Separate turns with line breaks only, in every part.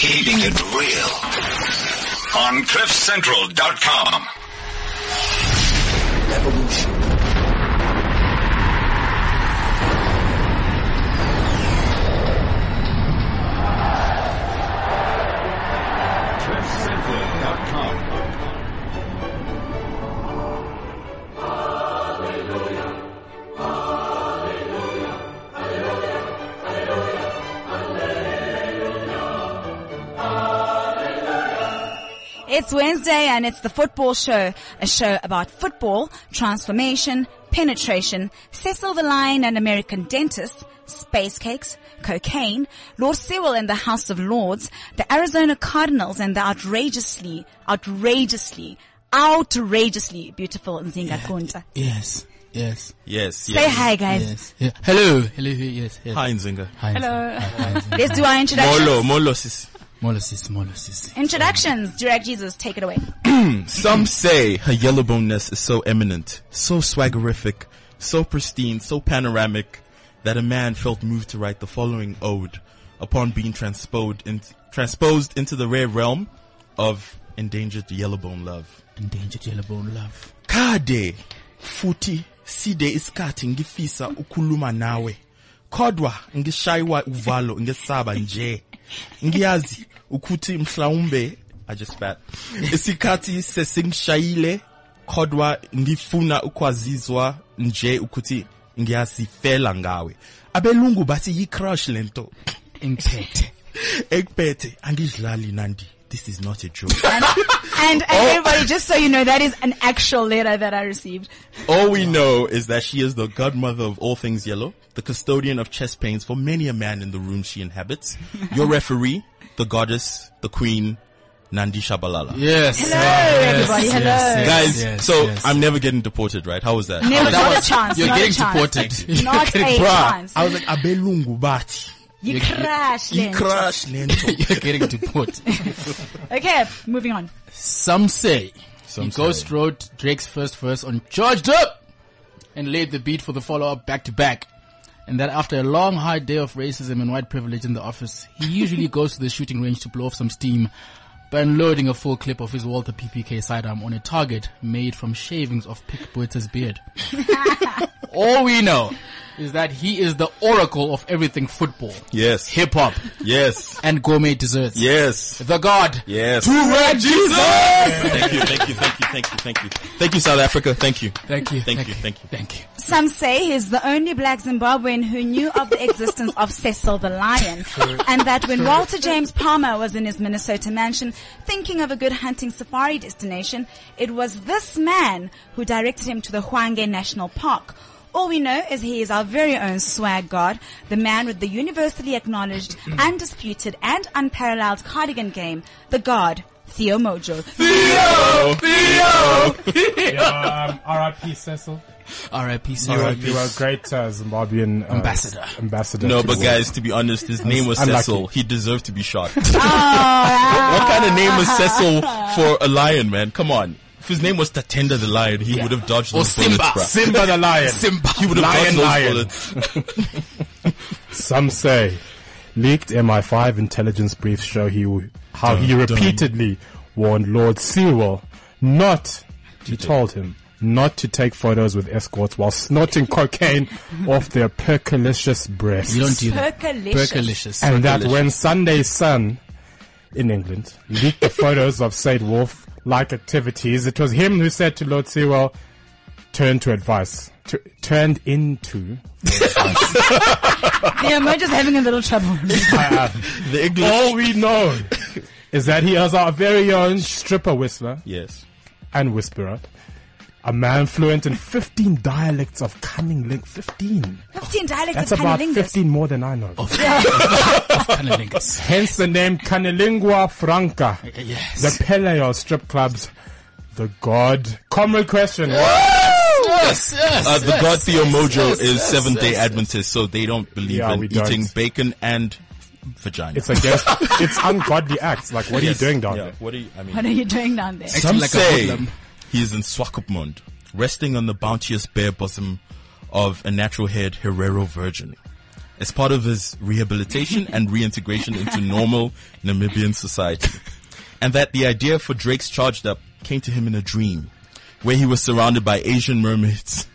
Keeping it real on CliffCentral.com. Evolution.
It's Wednesday and it's the football show, a show about football, transformation, penetration, Cecil the Lion and American dentists, space cakes, cocaine, Lord Sewell and the House of Lords, the Arizona Cardinals and the outrageously, outrageously, outrageously beautiful Nzinga Kunta.
Yes. Yes.
Yes.
Say hi guys.
Yes. Yeah. Hello. Hello. Yes. yes.
Hi, Nzinga.
Hi. Hello.
Let's do our introductions.
Molo, Molo, sis.
Molosis. Molosis.
Introductions. Direct Jesus, take it away.
Some say her yellow boneness is so eminent, so swaggerific, so pristine, so panoramic, that a man felt moved to write the following ode upon being transposed, in, transposed into the rare realm of endangered yellowbone love.
Endangered yellowbone love.
Kade futhi side isikhathi ngifisa ukhuluma nawe kodwa ngishaywa uvalo ngesaba nje ngiyazi ukuthi mhlawumbe I just spat isikhathi sesingishayile kodwa ngifuna ukwazizwa nje ukuthi ngiyasifela ngawe abelungu bathi yi-crush lento
Inkethe.
ekuphethe angidlali nandi this is not a joke
And, and, and everybody, just so you know, that is an actual letter that I received.
All we know is that she is the godmother of all things yellow, the custodian of chest pains for many a man in the room she inhabits, your referee, the goddess, the queen, Nandi Shabalala.
Yes.
Hello,
Yes,
everybody,
yes,
hello.
yes,
Guys,
yes,
so
yes.
I'm never getting deported, right? How was that?
Never,
I was
not
like,
a chance.
Oh, You're
not
getting
a chance.
deported. You're
Not
getting-
a chance.
I was like, abelungu bati.
You crash,
You
Lynn.
crush lento.
You're getting deported.
Okay, moving on.
Some say
Some
he ghost
say.
wrote Drake's first verse on Charged Up and laid the beat for the follow up back to back. And that after a long, hard day of racism and white privilege in the office, he usually goes to the shooting range to blow off some steam by unloading a full clip of his Walther PPK sidearm on a target made from shavings of Pick Buitzer's beard. All we know is that he is the oracle of everything football,
Yes.
hip hop,
Yes.
and gourmet desserts.
Yes.
The god.
Yes.
Two red Jesus!
Thank you, thank you, thank you, thank you, thank you. Thank you, South Africa. Thank you.
Thank you.
Thank you, thank you.
Thank you.
Some say he's the only black Zimbabwean who knew of the existence of Cecil the Lion, and that when Walter James Palmer was in his Minnesota mansion thinking of a good hunting safari destination, it was this man who directed him to the Hwange National Park. All we know is he is our very own swag god, the man with the universally acknowledged, undisputed, and unparalleled cardigan game, the god, Theo Mojo.
um, RIP Cecil.
R.I.P.
You were,
Sarah.
you were a great uh, Zimbabwean uh,
Ambassador.
Ambassador.
No,
to
but
the world.
guys, to be honest, his name was
unlucky.
Cecil. He deserved to be shot. What kind of name is Cecil for a lion, man? Come on. If his name was Tatenda the Lion, he would have dodged
Or
those bullets,
Simba.
bro.
Simba the lion.
Simba.
He would have
Lion,
dodged those
lion.
bullets.
Some say leaked MI5 intelligence briefs show he w- how he repeatedly warned Lord Sewell not. He told him not to take photos with escorts while snorting cocaine off their percolicious breasts.
You don't do that.
Percolicious.
Percolicious.
and that when Sunday Sun in England leaked the photos of said wolf like activities, it was him who said to Lord Sewell, turn to advice. T- turned into.
Theo Mojo's having a little trouble.
The English.
All we know is that he is our very own stripper whistler
Yes.
and whisperer. A man fluent in 15 dialects of cunning ling 15.
15 dialects
That's
of
about
Cunnilingus.
15 more than I know.
Cunnilingus.
Hence the name Canalingua Franca.
Yes.
The Peleo strip clubs. The god. Common question.
yes, yes,
Uh, the
yes,
god Theo
yes,
Mojo
yes,
is
yes,
Seventh Day
yes.
Adventist, so they don't believe
Yeah,
in
we
eating
don't.
bacon and vagina.
It's against, it's ungodly acts. Like, what
Yes.
are you doing down
Yeah,
there?
What are you? I mean,
What are you doing down there?
Acting
Some
like a
say
hoodlum.
he is in Swakopmund, resting on the bounteous bare bosom of a natural haired Herero virgin. as part of his rehabilitation and reintegration into normal Namibian society. And that the idea for Drake's Charged Up came to him in a dream where he was surrounded by Asian mermaids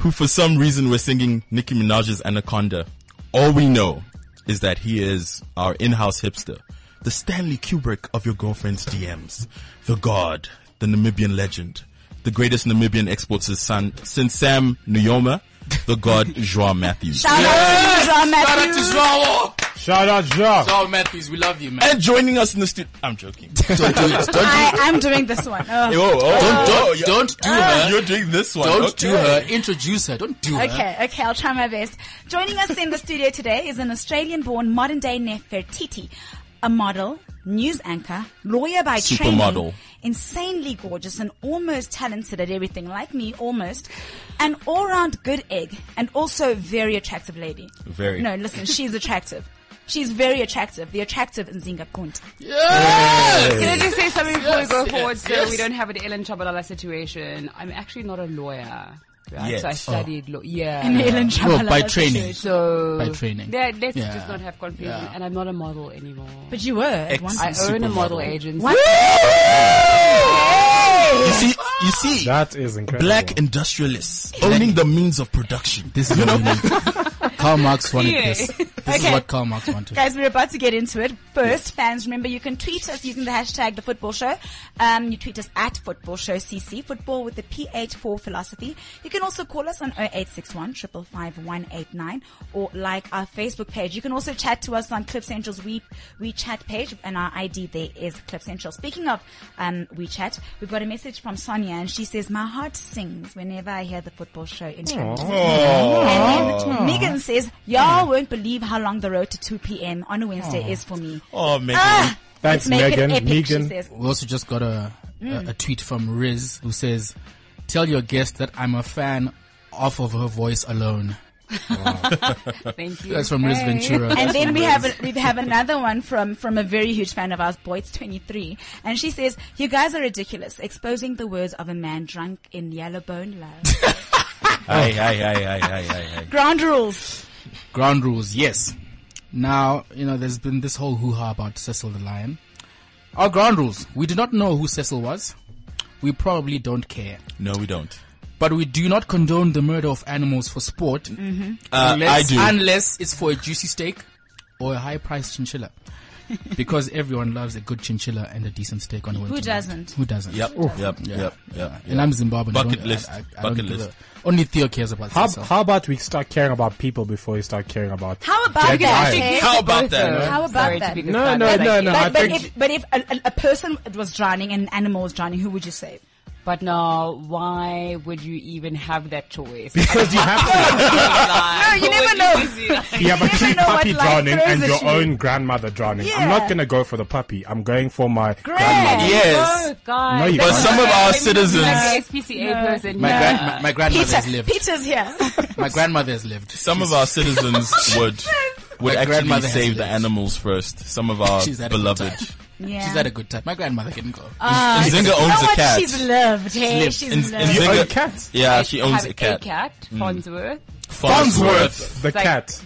who for some reason were singing Nicki Minaj's Anaconda. All we know is that he is our in-house hipster, the Stanley Kubrick of your girlfriend's DMs, the god, the Namibian legend, the greatest Namibian exports since San- since Sam Nuyoma, the god Joao Matthews.
Shout
Yes!
out to Joao
Shout out
Matthews.
to Joao.
Shout out, Jacques.
Joao Oh, Matthews, we love you, man.
And joining us in the studio, I'm joking. Don't do it. Don't do
I, I'm doing this one. Oh.
Oh,
Don't,
oh, oh,
don't,
yeah.
don't
Ah.
do her.
You're doing this one.
Don't
okay.
do her. Introduce her. Don't do her.
Okay, okay, I'll try my best. Joining us in the studio today is an Australian-born modern-day Nefertiti, a model, news anchor, lawyer by
Supermodel.
training, insanely gorgeous and almost talented at everything, like me, almost, an all-round good egg, and also very attractive lady.
Very.
No, listen, she's attractive. She's very attractive. The attractive Nzinga Kunt.
Yes!
Can I just say something before
Yes,
we go
yes,
forward so
yes.
we don't have an Ellen Chabalala situation? I'm actually not a lawyer. Right?
Yet.
So I
Oh.
studied law. Yeah.
Ellen
No,
Chabalala,
Uh, by
that's
training.
it.
So
By training.
Yeah, let's
Yeah.
just not have confusion.
Yeah.
And I'm not a model anymore.
But you were at one
I
time.
own a model agency.
You see, you see,
That is incredible.
black industrialists owning the means of production.
This is what we need. Karl Marx wanted
Yeah.
this. This is
Okay.
what Karl Marx wanted.
Guys, we're about to get into it. First, fans, remember you can tweet us using the hashtag the football show. Um, you tweet us at football show CC, football with the PH for philosophy. You can also call us on 0861 555 189 or like our Facebook page. You can also chat to us on Clip Central's We WeChat page and our ID there is Clip Central. Speaking of um, WeChat, we've got a message from Sonia and she says, my heart sings whenever I hear the football show intro. And then Megan says, y'all won't believe how long the road to 2 p.m. on a Wednesday is for me.
Oh, Megan.
Ah,
Thanks,
let's make
Megan.
it epic,
Megan.
she says.
We also just got a,
Mm.
a, a tweet from Riz who says, tell your guest that I'm a fan off of her voice alone.
Thank you.
That's from Riz Ventura.
And then we have a, we have another one from from a very huge fan of ours, Boyds23, and she says, "You guys are ridiculous, exposing the words of a man drunk in yellowbone love."
Aye, aye, aye, aye, aye, aye, aye.
Ground rules.
Ground rules, yes. Now, you know, there's been this whole hoo-ha about Cecil the Lion. Our ground rules. We do not know who Cecil was. We probably don't care.
No, we don't.
But we do not condone the murder of animals for sport.
Uh,
unless,
I do.
Unless it's for a juicy steak or a high-priced chinchilla. because everyone loves a good chinchilla and a decent steak on a winter night.
doesn't?
Who doesn't?
Yep, yep,
Yeah,
yep,
yeah.
yep.
And I'm Zimbabwean. I
Bucket
don't-
list,
I, I, I
bucket
don't give
list.
a- only Theo cares about
How,
Cecil.
how about we start caring about people before we start caring about?
How about
Jagged
that?
eye.
eh?
How about that?
How about
Sorry
that?
To be
No,
this
no,
bad,
no,
but-
no. I
But, but
think-
if but if a, a- a person was drowning and an animal was drowning, who would you save?
But now, why would you even have that choice?
Because you have
no,
Oh, you never know.
to, you have a
never
cute
know what
puppy
life
drowning
throws
and
at
your
you.
own grandmother drowning. I'm
Yeah.
not gonna go for the puppy. I'm going for my
Great.
grandmother.
Yes.
God.
No, you
But
can't.
some of our
Like
citizens,
SPCA person.
my,
yeah.
grand, my, my grandmother
Peter,
has lived.
Peter's here.
My grandmother has lived.
some of our citizens would would
My
actually
grandmother has
save the
lived.
animals first. Some of our
She's had a good
beloved.
time.
yeah. Uh,
She's had a good time. My grandmother can go.
Nzinga
Oh, you know
owns a
what?
cat.
She's loved. Hey,
lived.
she's
In-
loved.
You
Nzinga-
own Oh, cats.
Yeah, she owns
have
a cat.
cat, Farnsworth.
Farnsworth.
The
like-
cat.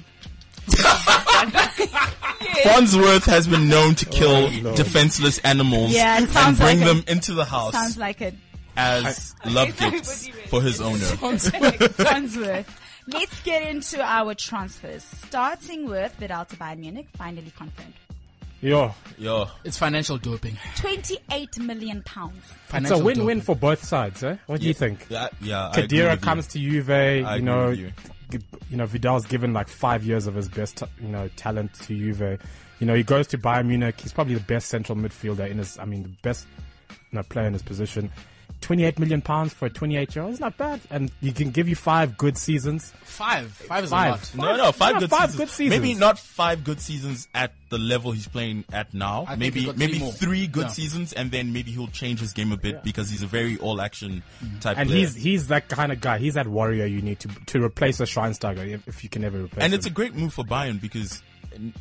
Farnsworth has been known to kill
Oh, Lord.
defenseless animals
Yeah, it
and
sounds
bring
like a-
them into the house
Sounds like it.
as love
sorry,
gifts
what do you mean?
for his owner.
Farnsworth. Let's get into our transfers, starting with Vidal to Bayern Munich, finally confirmed.
Yo,
Yo,
It's financial doping.
28 million pounds.
it's
Financial
a win-win
doping.
for both sides, eh? What do you think?
Yeah, yeah. I agree
Kadira
with you.
comes to Juve,
agree
you know,
with you.
g- you know Vidal's given like five years of his best, you know, talent to Juve. You know, he goes to Bayern Munich. He's probably the best central midfielder in his, I mean, the best you know, player in his position. 28 million pounds for a 28 year old is not bad, and he can give you five good seasons.
Five. Five is
Five.
a lot.
No, no, five,
No,
good,
five
seasons.
good seasons.
Maybe not five good seasons at the level he's playing at now.
I think
maybe
he's got
maybe
three more.
good
Yeah.
seasons, and then maybe he'll change his game a bit because he's a very all-action type
Mm-hmm. And
player.
he's he's that kind of guy. He's that warrior you need to to replace a Schweinsteiger if, if you can ever replace.
and
him.
it's a great move for Bayern because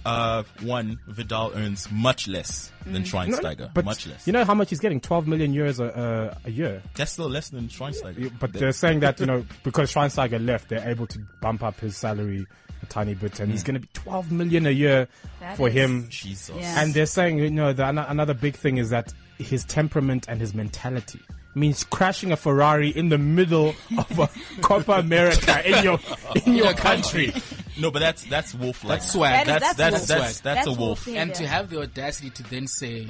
uh, one, Vidal earns much less than Schweinsteiger.
Mm-hmm. but
much less.
you know how much he's getting? 12 million euros a, uh, a year.
That's still less than Schweinsteiger.
You- But they're saying that, you know, because Schweinsteiger left, they're able to bump up his salary a tiny bit and he's going to be 12 million a year
That
for
is-
him.
Jesus.
Yeah.
And they're saying, you know, the, ano- another big thing is that his temperament and his mentality means crashing a Ferrari in the middle of a Copa America in your in your country.
No, but that's that's wolf like.
That's swag.
That
That's
is-
that's that's,
that's
that's,
wolf.
a wolf.
behavior.
and to have the audacity to then say,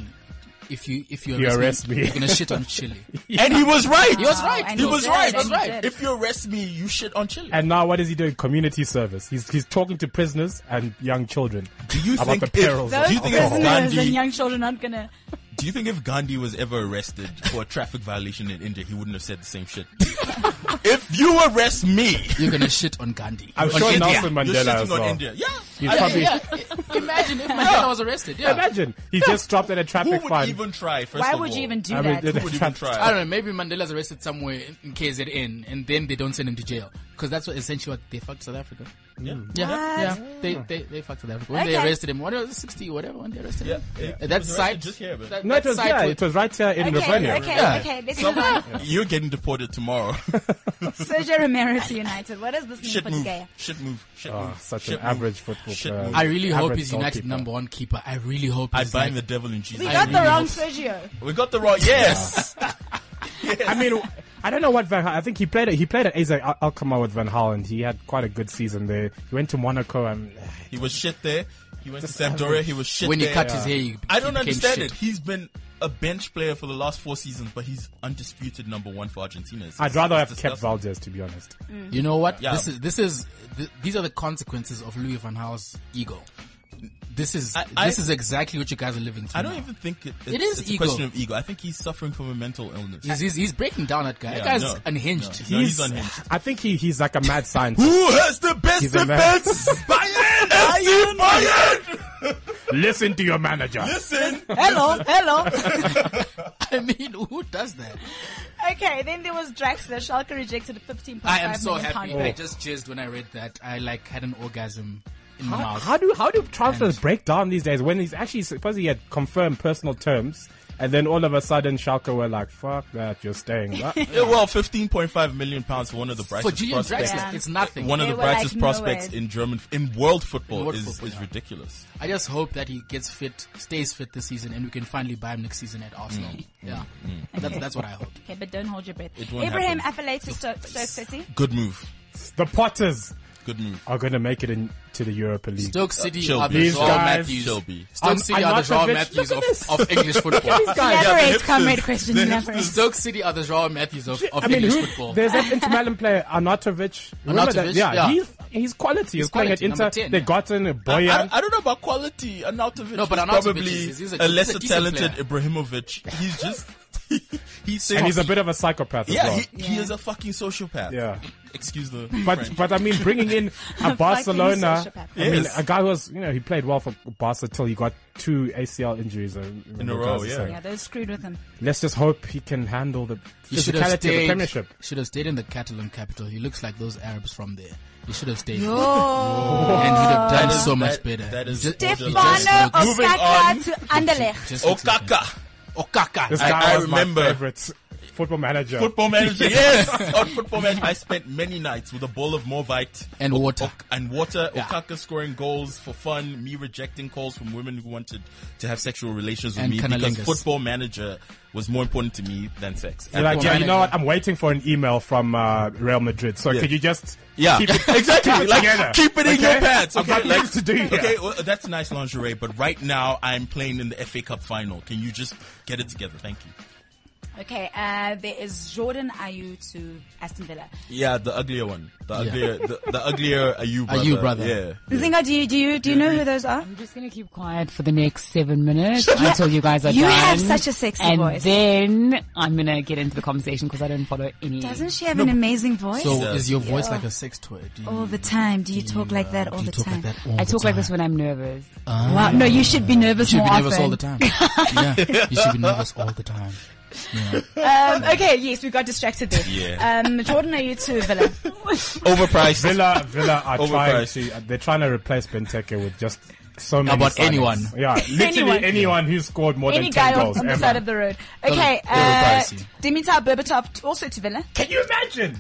if you if you
You
arrest,
arrest
me,
me.
you're gonna shit on Chile.
And he was right.
He was right.
and
He
he
was
did, and
right. He was
he
right.
did.
If you arrest me, you shit on Chile.
And now what is he doing? Community service. He's he's talking to prisoners and young children.
do you
about
think
the
if,
perils of
do you
Those
think
alcohol.
if
it's
prisoners and
Gandhi
young children aren't gonna.
do you think if Gandhi was ever arrested for a traffic violation in India, he wouldn't have said the same shit? if you arrest me,
You're gonna shit on Gandhi.
I'm
On
sure
India.
Nelson
you're
Mandela
shitting
as
on
well.
India. Yeah.
He's
I-
probably
Yeah, imagine if Mandela was arrested. Yeah,
imagine he just stopped at a
who
traffic
would
fine.
even try? First
Why
of
would
all?
you even do
I mean,
that?
the-
Who would even try?
I don't know. Maybe Mandela's arrested somewhere in KZN, and then they don't send him to jail because that's what essentially what they fucked South Africa.
Yeah.
Yeah,
What?
yeah. They they they fucked South Africa when they
Okay.
arrested him. What was it, sixty whatever when they arrested him?
Yeah, yeah.
Uh,
He
That
was arrested
site
just here, but-
that-
No, it
that
was
site
yeah,
with-
it was right here in
Okay,
Rivonia.
okay,
Yeah.
okay. Let's move on.
You're getting deported tomorrow.
Sergio Romero to United. What does this mean
shit
for
move.
Gea?
Shit move. Shit
Ah,
move.
such
shit
an
move,
average football
shit
player.
move.
I really hope
Average
he's United
goalkeeper.
number one keeper. I really hope.
I
he's
bind the
like-
devil in
We
Jesus.
got the
really
wrong
hope-
Sergio.
We got the wrong. Yes.
I mean, I don't know what Van. Gaal- I think he played. He played at AZ Al- Alkmaar with Van Hal, and he had quite a good season there. He went to Monaco, and
He was shit there. He went to Sampdoria. He was shit
when he
there.
cut his hair. He
I don't
became
understand
shit.
it. He's been a bench player for the last four seasons, but he's undisputed number one for Argentina. It's-
I'd rather
it's
have kept
disgusting.
Valdez, to be honest.
You know what?
Yeah.
This is this is th- these are the consequences of Louis van Gaal's ego. This is
I- I-
this is exactly what you guys are living through.
I don't
now.
even think it, it's,
It is
it's
ego.
a question of ego. I think he's suffering from a mental illness.
He's, he's, he's breaking down that guy.
Yeah,
that guy's
no,
unhinged.
no, he's unhinged.
I think he he's like a mad scientist.
Who has the best
He's a man.
defense? Bayern! FC Bayern!
Listen to your manager.
Listen!
Hello, hello.
I mean, who does that?
Okay, then there was Draxler. Schalke rejected a 15.5
I am so
million
happy. Oh.
pound
I
Oh.
bid.
just jizzed when I read that. I like had an orgasm in my
How,
mouth.
how do how do transfers break down these days when he's actually supposed he had confirmed personal terms, and then all of a sudden Schalke were like, "Fuck that, you're staying." That-
Yeah, well, 15.5 million pounds for one of the
For
brightest
Julian
prospects.
Draxler,
Yeah.
it's nothing.
One of
They
the
were like,
brightest
no
prospects
way.
in German, in world football,
world
is,
football,
is
yeah.
ridiculous.
I just hope that he gets fit, stays fit this season, and we can finally buy him next season at Arsenal.
Mm.
Yeah, that's that's what I hope.
Okay, but don't hold your breath.
It won't
Abraham
happen.
Affalay to Stoke, Stoke City.
Good move.
the Potters
Good move.
are going to make it into the Europa League.
Stoke City
Chill,
are the
please,
Joel
Uh, guys.
Matthews.
Chill, be.
Stoke
I'm-
City
I'm
are
not
the Joel
convinced.
Matthews
Look
of,
at this.
of English football.
Elaborate,
hipsters.
comrade question. Elaborate.
Stoke City are the Joel Matthews of, of
I mean,
English
who,
football.
there's that Inter Milan player Arnautovic. Remember that?
Arnautovic,
Yeah,
yeah.
He's, he's quality. He's, playing at
quality,
Inter.
number 10,
they
yeah.
got in Boyan.
I, I don't know about quality. Arnautovic
No, but
is
Arnautovic
probably
is- he's a-
a
he's a
lesser
decent
talented
player.
Ibrahimovic. He's just he's
and he's a bit of a psychopath as
yeah,
well.
he, he is a fucking sociopath.
Yeah.
excuse the
but
French.
but I mean, bringing in a Barcelona.
sociopath.
I mean,
Yes.
a guy who was you know he played well for Barca till he got two ACL injuries uh, in
a row, yeah.
Yeah, they're screwed with him.
Let's just hope he can handle the
He should have
physicality of
stayed.
the Premiership.
Should have stayed in the Catalan capital. He looks like those Arabs from there. He should have stayed,
Oh.
and he'd have done
That is-
so much
that-
better.
that is
He ju- he
borderline.
just
Stefano
looks-
Moving on.
Osaka to Anderlecht.
just
Oh,
looks like him.
Okaka,
Okaka.
This
I-
guy
I
was
remember.
my favorite football manager.
football manager. yes, on football manager, I spent many nights with a bowl of Morvite
and water.
Ok- and water.
Yeah.
Okaka scoring goals for fun. Me rejecting calls from women who wanted to have sexual relations with
And
me because
cunnilingus.
football manager was more important to me than sex.
You're like,
Football
yeah, you know what?
manager.
I'm waiting for an email from uh, Real Madrid. So
Yeah.
could you just
Yeah,
keep it,
exactly.
keep it
like,
together.
keep it in
Okay?
your pants.
I've
Okay,
got
like,
things to do here.
Okay, well, that's nice lingerie, but right now I'm playing in the FA Cup final. Can you just get it together? Thank you.
Okay, uh, there is Jordan Ayu to Aston Villa.
Yeah, the uglier one, the
Yeah.
uglier, the, the uglier are you, brother?
Ayew brother.
Yeah.
Zinga, do you, do you, do you know who those are?
I'm just gonna keep quiet for the next seven minutes until you guys are
You
done.
have such a sexy
and
voice.
then I'm gonna get into the conversation because I don't follow any.
Doesn't she have an amazing voice?
So is your voice like a sex toy? Do you,
all the time. Do you talk like that all
do you
the
talk like
time?
that all
I
the
talk like
time?
this when I'm nervous.
Uh,
Wow. No, you should be nervous
You should
more
be nervous
often.
all the time. yeah, you should be nervous all the time.
Um, okay, yes, we got distracted there.
Yeah.
Um, Jordan, are you too, Villa?
Overpriced.
Villa, Villa are trying
Overpriced.
to. They're trying to replace Benteke with just so many
About
signings.
anyone.
Yeah, literally
Anyone.
anyone, who scored more
Any
than
guy
10
on,
goals.
on the
ever.
side of the road. Okay,
Tell him.
uh,
Pricey.
Dimitar Berbatov t- also to Villa.
Can you imagine?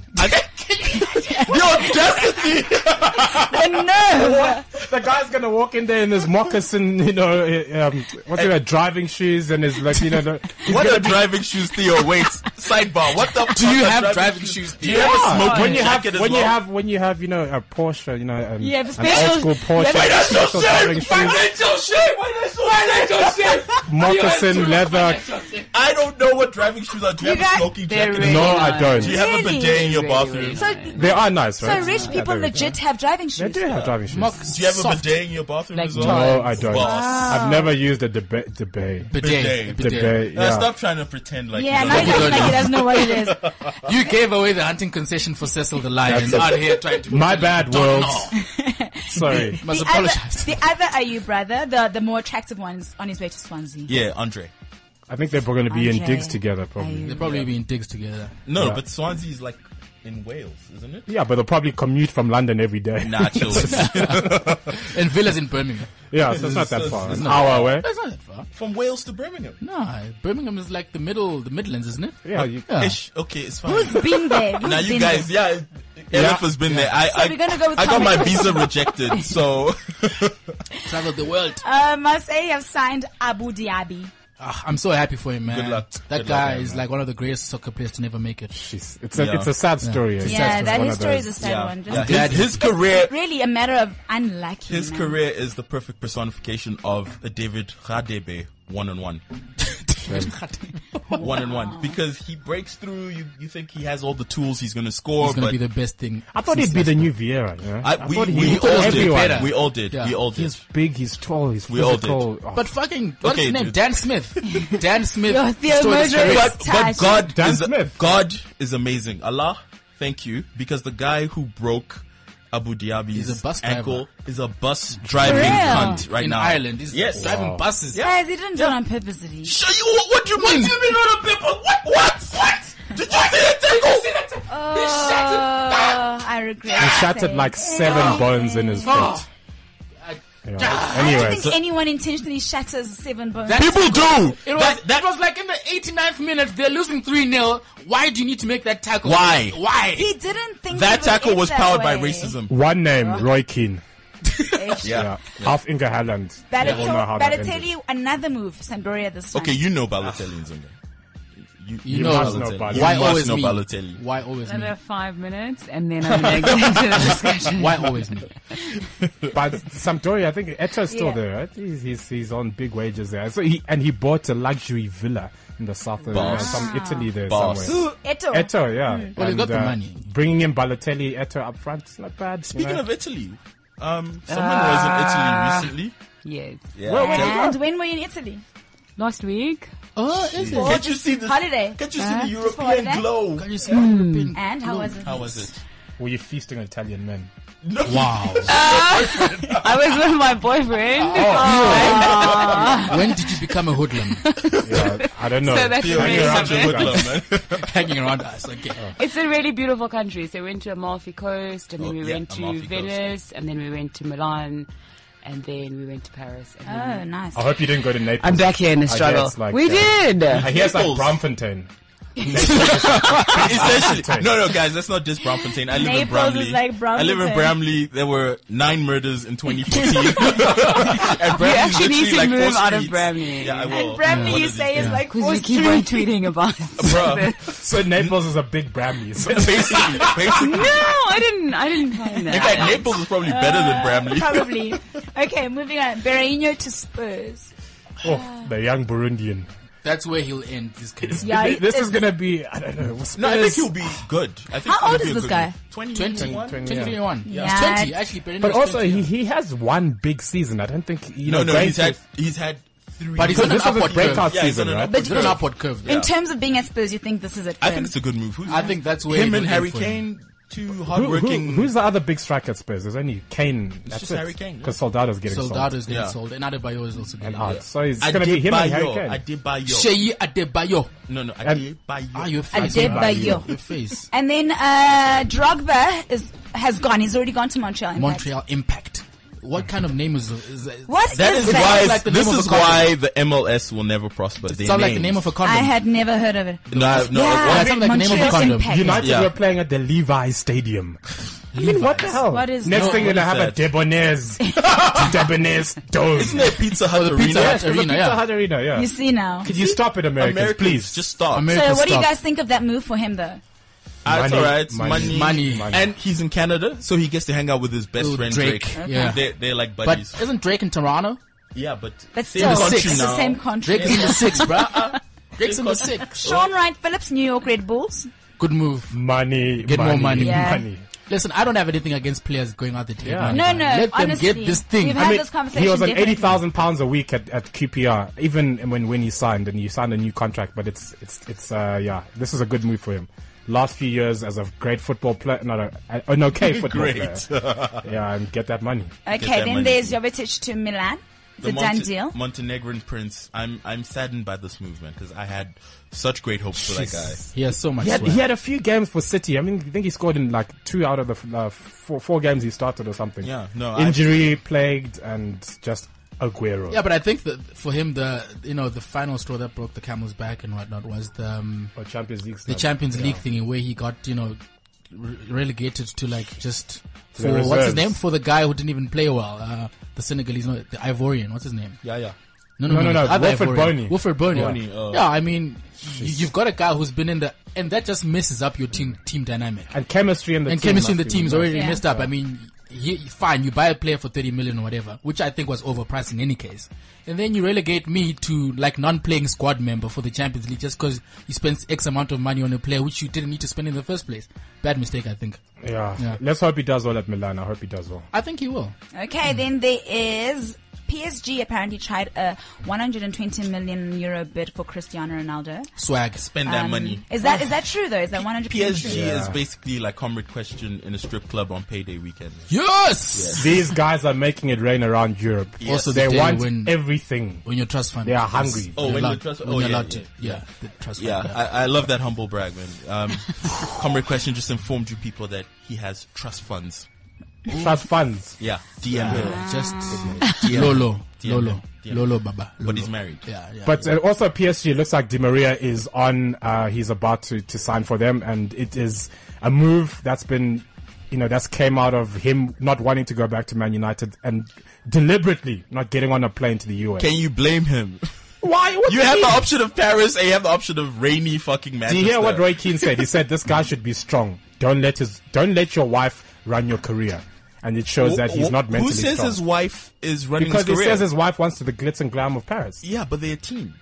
The nerve!
The guy's gonna walk in there in his moccasin, you know, uh, um, what's it, uh, driving shoes and his like, you know, the- he's
What
gonna
are driving shoes, Theo? Wait, sidebar. What the?
Do you have driving shoes, Theo?
have
Ah, when you have
jacket as
when you
well?
have when you have you know a Porsche, you know, um,
You have a
an
special-
old school Porsche,
you have
special driving shoes,
your shit? Why they so? Why they
moccasin leather.
I don't know what driving shoes are. Do you,
You
have
guys-
a smoking
They're
jacket?
really
No, I
nice.
don't.
Do you have a
Really?
bidet in your
Really,
bathroom?
really
So,
They are nice,
so
right?
rich
Yeah,
people
they're-
legit have driving
They
shoes.
do have driving shoes.
Mock
Do you have
soft
a bidet in your bathroom
Like
as well? Uh,
no,
tar-
I don't.
Boss.
I've never used a debate. Debate.
bidet.
Bidet.
Debate.
Uh,
Yeah.
stop trying to pretend like
Yeah,
you
now
don't
he
know.
doesn't, like, he doesn't know what it is.
You gave away the hunting concession for Cecil the Lion
That's it.
out here trying to.
My bad,
Don't
world.
know.
Sorry.
Must
the, other,
apologize.
the other IU brother, the, the more attractive one, is on his way to Swansea.
Yeah, Andre.
I think they're going to be in
Okay.
digs together, probably.
They're probably being digs together.
No, but Swansea is like in Wales, isn't it?
Yeah, but they'll probably commute from London every day.
Nah, chill.
And Villa's in Birmingham.
Yeah, so it's not that
It's-
far.
it's
An
not-
hour away.
That's not that far.
From Wales to Birmingham.
No, Birmingham is like the middle, the Midlands, isn't it?
Yeah, you,
Yeah.
Ish. Okay, it's fine.
Who's been there? Who's
now you
been
guys,
there?
yeah, Elif has been there. I, I,
we're gonna go with
I got my
Tommy.
visa rejected, so
Travel the world.
Uh, Marseille have signed Abu Dhabi.
Ah, I'm so happy for him, man.
Good luck.
That
Good luck,
guy
yeah,
is
man.
like one of the greatest soccer players to never make it.
jeez. it's a
Yeah.
it's a sad story. It's
Yeah,
just
that
one of
history is
those-
a sad
yeah,
one. Just
yeah.
Daddy.
His, his career,
Really a matter of unlucky.
his
man.
career is the perfect personification of a David Radebe one on one. One on one, because he breaks through. You you think he has all the tools? He's going to score,
It's gonna
Oh, but
be the best thing.
I thought he'd be the new Vieira. You know?
I, we,
thought he
we,
was
all
everyone.
did. we all did.
Yeah.
We all did.
He's big. He's tall. He's
We all did.
physical. Oh,
But fucking what's
Okay,
his name?
dude.
Dan Smith. Dan Smith.
Yo, Theo
stole his
Murderer.
career.
but, but
Touch.
God
Dan
is
Smith.
God is amazing. Allah, thank you, because the guy who broke Abu Dhabi's
He's a bus driver.
ankle is a bus driving
real?
cunt right
in
now.
Ireland. He's
yes.
driving buses.
Guys, he didn't do it on purpose, did he?
Show you what, what you mean? What do you mean on the paper? What? What? What? Did you see that tackle? Did you see that tackle?
Oh, I regret
he shattered
it.
like seven bones in his feet. Yeah.
I don't
Anyway,
think anyone intentionally shatters seven bones.
That-
People do.
It was
That-
that was like in the 89th minute. They're losing three 0 Why do you need to make that tackle?
Why?
Why?
he didn't think
that
it
tackle
end
was
that
powered by
way.
racism.
one name, Roy Keane.
Ish.
Yeah.
Yeah. Half Inga Haaland.
Balotelli,
We all know how that ended.
Balotelli, another move, Sampdoria this time.
Okay, you know Balotelli in Zunga. You,
You know
must know Balotelli.
You
Why
must
always
know
me?
Balotelli.
Why always me?
Another five minutes, and then I'm going to get into the discussion.
Why always me?
But Sampdoria, I think Eto's still
Yeah.
there, right? He's, he's he's on big wages there. So he and he bought a luxury villa in the south of uh,
Boss.
some Italy there
Boss.
somewhere.
Eto.
Eto, yeah.
Well, he's got
And, uh,
the money.
Bringing in Balotelli, Eto up front, it's not bad.
Speaking of Italy, um, someone was in Italy recently.
Yes.
Yeah.
And when were you in Italy?
Last week,
Oh, is it?
Can't you see the
Holiday.
Can't you see
Huh? Just
the
for
European
holiday?
glow?
Can you see my European-
And how was it?
How was it?
Were you feasting on Italian men?
Wow.
I was with my
Oh,
boyfriend. Oh,
when did you become a hoodlum?
Yeah, I don't know.
So that's
You're
amazing.
such a hoodlum, man.
Hanging around us. Okay.
It's a really beautiful country. So we went to Amalfi Coast, and then
Oh,
we
yeah,
went to
Amalfi Coast, yeah.
Venice, and then we went to Milan, and then we went to Paris. And then
Oh, nice.
I hope you didn't go to Naples.
I'm back here in the
I
struggle.
guess, like,
we
uh,
did.
I hear it's like
Naples.
Bramfontein.
Essentially,
Take.
no, no, guys, let's not diss Bramfontein. I live in
Naples
Bramley.
is like
I live in
Bramfontein.
Bramley. There were nine murders in 2014. and Bramley
You actually need to
like four
move out of
streets.
Bramley.
Yeah, I will.
and Bramley,
What
you
is it?
say, is
Yeah.
like
Because
four
we keep on
streets.
tweeting about
Bruh.
this.
So Naples is a big Bramley. So
basically, basically.
No, I didn't. I didn't find that.
In fact, Naples is probably better than Bramley.
Uh, Probably. Okay, moving on. Berreino to Spurs.
oh, the young Burundian.
That's where he'll end this case.
Yeah,
Th- this
it's-
is gonna be I don't know. Spurs,
No, I think he'll be good. I think
How old
he'll
is
be a
this
good
guy?
one. 20,
20,
21?
20,
21.
Yeah.
It's 20, actually. Perennial's
But also,
20,
he,
yeah.
he has one big season. I don't think you
No,
know.
no, he's
going
had
to-
he's had three.
But he's
because
on an
this was
upward
his breakout
curve.
yeah, he's
season,
on an
right?
upward
He's on an
curve.
upward curve.
In terms of being at Spurs, you think this is it?
I think it's a good move. Who's
I think that's where
him
it
and
will
Harry
end for him.
Kane, two
Who- who-
hardworking.
who's the other big striker at Spurs? There's only Kane. That's
just
it.
Harry Kane, yeah.
Because Soldado's getting sold.
Soldado's getting
Yeah.
sold. And Adebayo is also
And
getting
out.
sold.
So it's going to be him and Harry
Adebayo.
Kane.
Adebayo.
Sheyi Adebayo.
No, no,
And-
Adebayo.
Ah, your face. man.
Adebayo.
Your face.
And then uh, Drogba is, has gone. He's already gone to Montreal. in fact.
Montreal Impact. what kind of name is, is, is
What is
That is
that?
why.
Sounds like the
this
name of
is
a condom.
why the MLS will never prosper. Their
sound like the
names.
name of a condom?
I had never heard of it.
No, I- no.
yeah,
why-
that sounds like the name of a
Montreal's
condom.
impact.
United
Yeah.
were playing at the Levi Stadium. I mean, what the hell?
What is
Next
that?
thing
No,
you're gonna
what
have
is
a Debonair's, Debonair's dome.
Isn't it Pizza Hut
the
Arena?
Pizza Hut
It's a
Arena,
Pizza
yeah.
Hut Arena, yeah.
You see now.
Could you stop it, Americans,
Americans,
please?
just stop.
Ameri-
So
America
what do you
stop.
guys think of that move for him though?
Ah, it's
Money,
alright.
money,
Money.
money.
And he's in Canada, so he gets to hang out with his best
Ooh,
friend
Drake.
Drake.
Okay. Yeah.
They're, they're like
But
buddies.
isn't Drake in Toronto?
yeah, but
But
same
still,
country
it's
now.
the same country.
Drake is in the six, bruh. Drake's in the six.
Sean Wright Phillips, New York Red Bulls.
Good move.
money,
Get more
money,
money.
Yeah.
money.
Listen, I don't have anything against players going out the table.
Yeah.
No, no.
Let them
honestly,
get this thing.
We've
I
had
mean,
this conversation.
He was on
definitely.
eighty thousand pounds a week at, at QPR, even when when he signed and you signed a new contract. But it's it's it's uh yeah, this is a good move for him. Last few years as a great football player, not a, a- an okay football
Great.
player. Yeah, and get that money.
Get
Okay,
that
then
money.
there's Jovetic to Milan. It's
The
a done
Monte-
deal.
Montenegrin prince. I'm I'm saddened by this movement because I had such great hopes for that guy.
He has so much.
He had,
swag.
he had a few games for City. I mean, I think he scored in like two out of the f- uh, four, four games he started or something.
Yeah, no, I-
injury plagued and just Aguero.
Yeah, but I think that for him, the you know the final straw that broke the camel's back and whatnot was the um,
Or Champions League.
the
stuff.
Champions
Uh, Yeah.
League thing, where he got you know re- relegated to like just
the
for what's his
reserves.
name for the guy who didn't even play well, uh, the Senegalese, no, the Ivorian. What's his name?
Yeah, yeah.
No, no, no,
the other
Wilfred
Ivorian.
Boney.
Wilfred Boney.
Boney,
yeah.
oh.
Yeah, I mean, you, you've got a guy who's been in the, and that just messes up your team team dynamic
and chemistry in the
and
team
chemistry in the
must be
team's
nice.
already
Yeah.
messed up. I mean, he, fine, you buy a player for 30 million or whatever, which I think was overpriced in any case. And then you relegate me to like non-playing squad member for the Champions League just because you spent X amount of money on a player which you didn't need to spend in the first place. Bad mistake, I think.
Yeah.
Yeah.
Let's hope he does well at Milan. I hope he does well.
I think he will.
Okay, then there is PSG apparently tried a 120 million euro bid for Cristiano Ronaldo.
Swag.
Spend that
Um,
money.
Is that is that true though? Is that 100
PSG
true?
is basically like comrade question in a strip club on payday weekend.
Yes!
These guys are making it rain around Europe.
Also the
they
day
want
when-
everything.
When your trust fund.
They are
is-
hungry.
Oh,
you're
when your
allowed-
trust-
when
oh,
you're
yeah,
allowed
yeah,
to. Yeah, the trust
Yeah,
fund.
I, I love that humble brag, man. Um, comrade question just informed you people that he has trust funds.
Trust funds.
Yeah, DM him.
Yeah, Just
DM him.
Lolo.
DM him.
Lolo.
DM him.
Lolo Baba.
But he's
Lolo.
married.
Yeah, yeah.
But uh, also PSG it looks like Di Maria is on. Uh, he's about to, to sign for them, and it is a move that's been, you know, that's came out of him not wanting to go back to Man United and deliberately not getting on a plane to the US.
Can you blame him?
Why? What
You
do
have the
mean?
option of Paris and you have the option of rainy fucking
Do
Manchester.
you hear what Roy Keane said? He said this guy should be strong. Don't let his don't let your wife run your career. And it shows that he's not mentally
Who says
strong.
his wife is running
because he
his career?
says his wife wants to the glitz and glam of Paris.
yeah, but they're a team.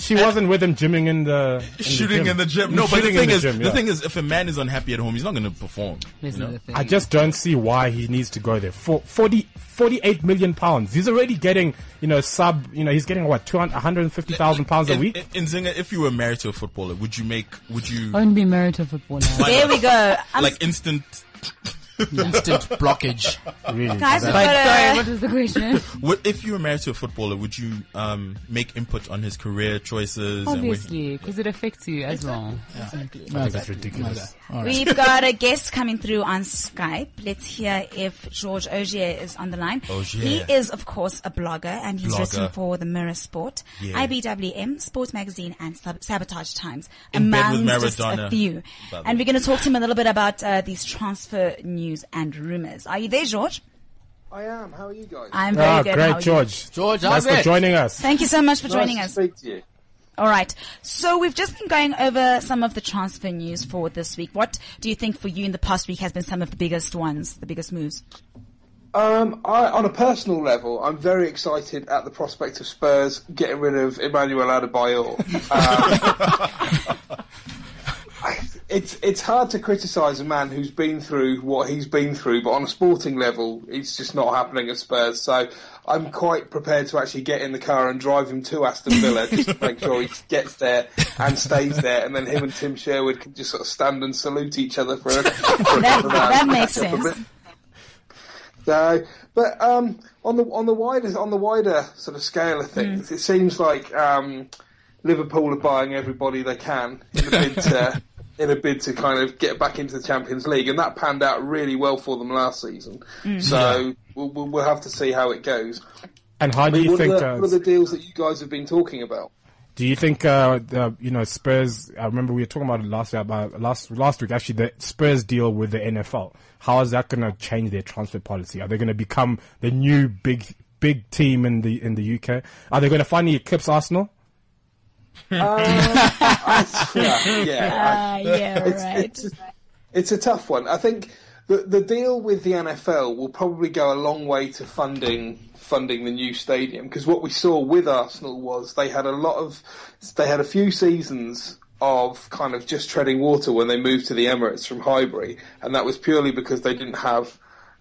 She wasn't with him gymming in the in
Shooting
gym.
in the gym. No, but the
Shooting in
thing is,
gym,
the
yeah.
thing is, if a man is unhappy at home, he's not going to perform.
There's another thing.
I just don't see why he needs to go there. For 40, 48 million pounds. He's already getting, you know, sub, you know, he's getting what, 200, 150,000 pounds a
In-
week?
in- In Zinga, if you were married to a footballer, would you make? Would you
I wouldn't be married to a footballer.
There we go. Um, I'm
like instant?
Instant blockage.
Really?
guys, we've got
Sorry,
a-
what was the question?
What, if you were married to a footballer, would you um, make input on his career choices? and where-
Obviously, because it affects you as well.
No, that's ridiculous.
We've got a guest coming through on Skype. Let's hear if George Ogier is on the line.
Ogier.
He is, of course, a blogger and he's
Blogger.
written for the Mirror Sport, IBWM, Sports Magazine, and Sab- Sabotage Times,
In bed with
among just a
Maradona.
few.
Bubba.
And we're going to talk to him a little bit about uh, these transfer news and rumors. Are you there, George?
I am. How are you guys?
I'm very
Ah,
good. How are
great,
you?
George.
George, how's
Thanks for
it?
joining us.
Thank you so much for
nice
joining
to
us.
Speak to you.
All right. So we've just been going over some of the transfer news for this week. What do you think for you in the past week has been some of the biggest ones, the biggest moves?
Um, I, on a personal level, I'm very excited at the prospect of Spurs getting rid of Emmanuel Adebayor. Um, it's it's hard to criticise a man who's been through what he's been through, but on a sporting level, it's just not happening at Spurs. So I'm quite prepared to actually get in the car and drive him to Aston Villa just to make sure he gets there and stays there, and then him and Tim Sherwood can just sort of stand and salute each other for a, for a
That,
couple of hours.
that makes
Catch up a
sense.
bit. So, but um, on the on the wider on the wider sort of scale of things,
Hmm.
it seems like um, Liverpool are buying everybody they can in the bid to in a bid to kind of get back into the Champions League, and that panned out really well for them last season.
Mm.
So we'll, we'll we'll have to see how it goes.
And how do you
what,
think?
are the, what
uh,
are the deals that you guys have been talking about?
Do you think, uh, the, you know, Spurs? I remember we were talking about it last about last last week. Actually, the Spurs deal with the NFL. How is that going to change their transfer policy? Are they going to become the new big big team in the in the UK? Are they going to finally eclipse Arsenal?
yeah, yeah.
Uh, yeah,
It's,
right.
it's, it's a tough one. I think the the deal with the NFL will probably go a long way to funding funding the new stadium because what we saw with Arsenal was they had a lot of they had a few seasons of kind of just treading water when they moved to the Emirates from Highbury, and that was purely because they didn't have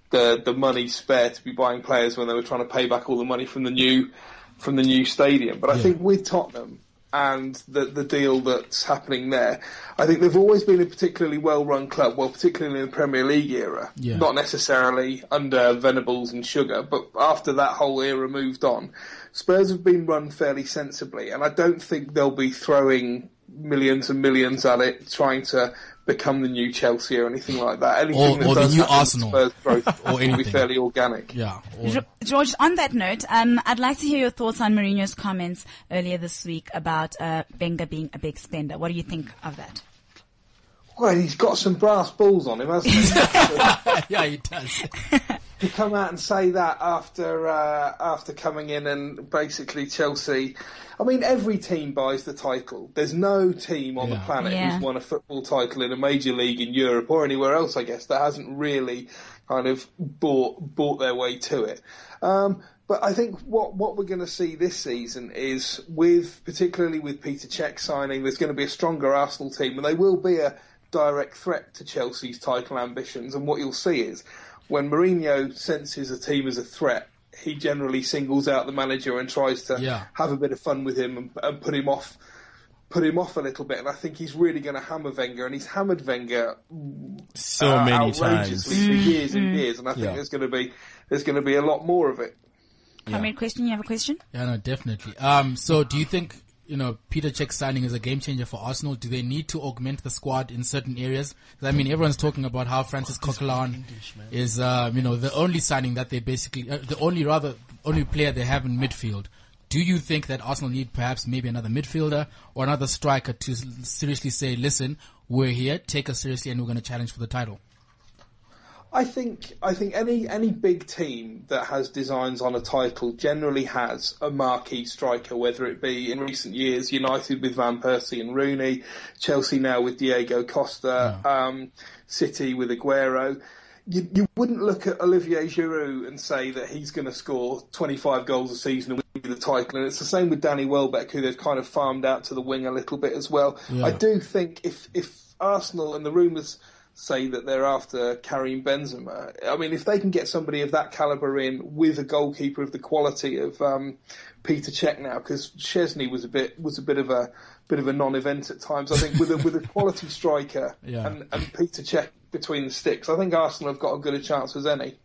the the money spare to be buying players when they were trying to pay back all the money from the new from the new stadium. But I think with Tottenham and the the deal that's happening there, I think they've always been a particularly well run club. Well, particularly in the Premier League era,
Yeah.
not necessarily under Venables and Sugar, but after that whole era moved on, Spurs have been run fairly sensibly, and I don't think they'll be throwing millions and millions at it trying to. Become the new Chelsea or anything like that. Anything
Or-
that
or the
does
new
happen to
Arsenal.
Spurs growth
Or
will be
anything.
fairly organic.
Yeah.
Jo- George, on that note, um, I'd like to hear your thoughts on Mourinho's comments earlier this week about uh, Wenger being a big spender. What do you think of that?
Well, he's got some brass balls on him, hasn't he?
yeah, he does.
to come out and say that after uh, after coming in and basically Chelsea. I mean, every team buys the title. There's no team on
Yeah.
the planet
Yeah.
who's won a football title in a major league in Europe or anywhere else, I guess, that hasn't really kind of bought bought their way to it. Um, but I think what what we're going to see this season is with particularly with Peter Cech signing, there's going to be a stronger Arsenal team, and they will be a direct threat to Chelsea's title ambitions. And what you'll see is when Mourinho senses a team as a threat, he generally singles out the manager and tries to
Yeah.
have a bit of fun with him and, and put him off put him off a little bit. And I think he's really going to hammer Wenger, and he's hammered Wenger
So
uh,
many times.
outrageously for years and years. And I think
Yeah.
there's going to be there's going to be a lot more of it.
Comrade question, you have a question?
Yeah, no, definitely. Um, so do you think, you know, Peter Cech signing is a game changer for Arsenal? Do they need to augment the squad in certain areas? 'Cause, I mean, everyone's talking about how Francis Coquelin is, uh, you know, the only signing that they basically, uh, the only rather, only player they have in midfield. Do you think that Arsenal need perhaps maybe another midfielder or another striker to s- seriously say, listen, we're here, take us seriously and we're going to challenge for the title?
I think I think any any big team that has designs on a title generally has a marquee striker, whether it be in recent years United with Van Persie and Rooney, Chelsea now with Diego Costa, um, City with Aguero. You, you wouldn't look at Olivier Giroud and say that he's going to score 25 goals a season and win the title. And it's the same with Danny Welbeck, who they've kind of farmed out to the wing a little bit as well. I do think if if Arsenal and the rumours say that they're after Karim Benzema. I mean, if they can get somebody of that caliber in with a goalkeeper of the quality of um, Peter Cech now, because Chesney was a bit was a bit of a bit of a non-event at times. I think with a with a quality striker
Yeah.
and, and Peter Cech between the sticks, I think Arsenal have got as good a chance as any.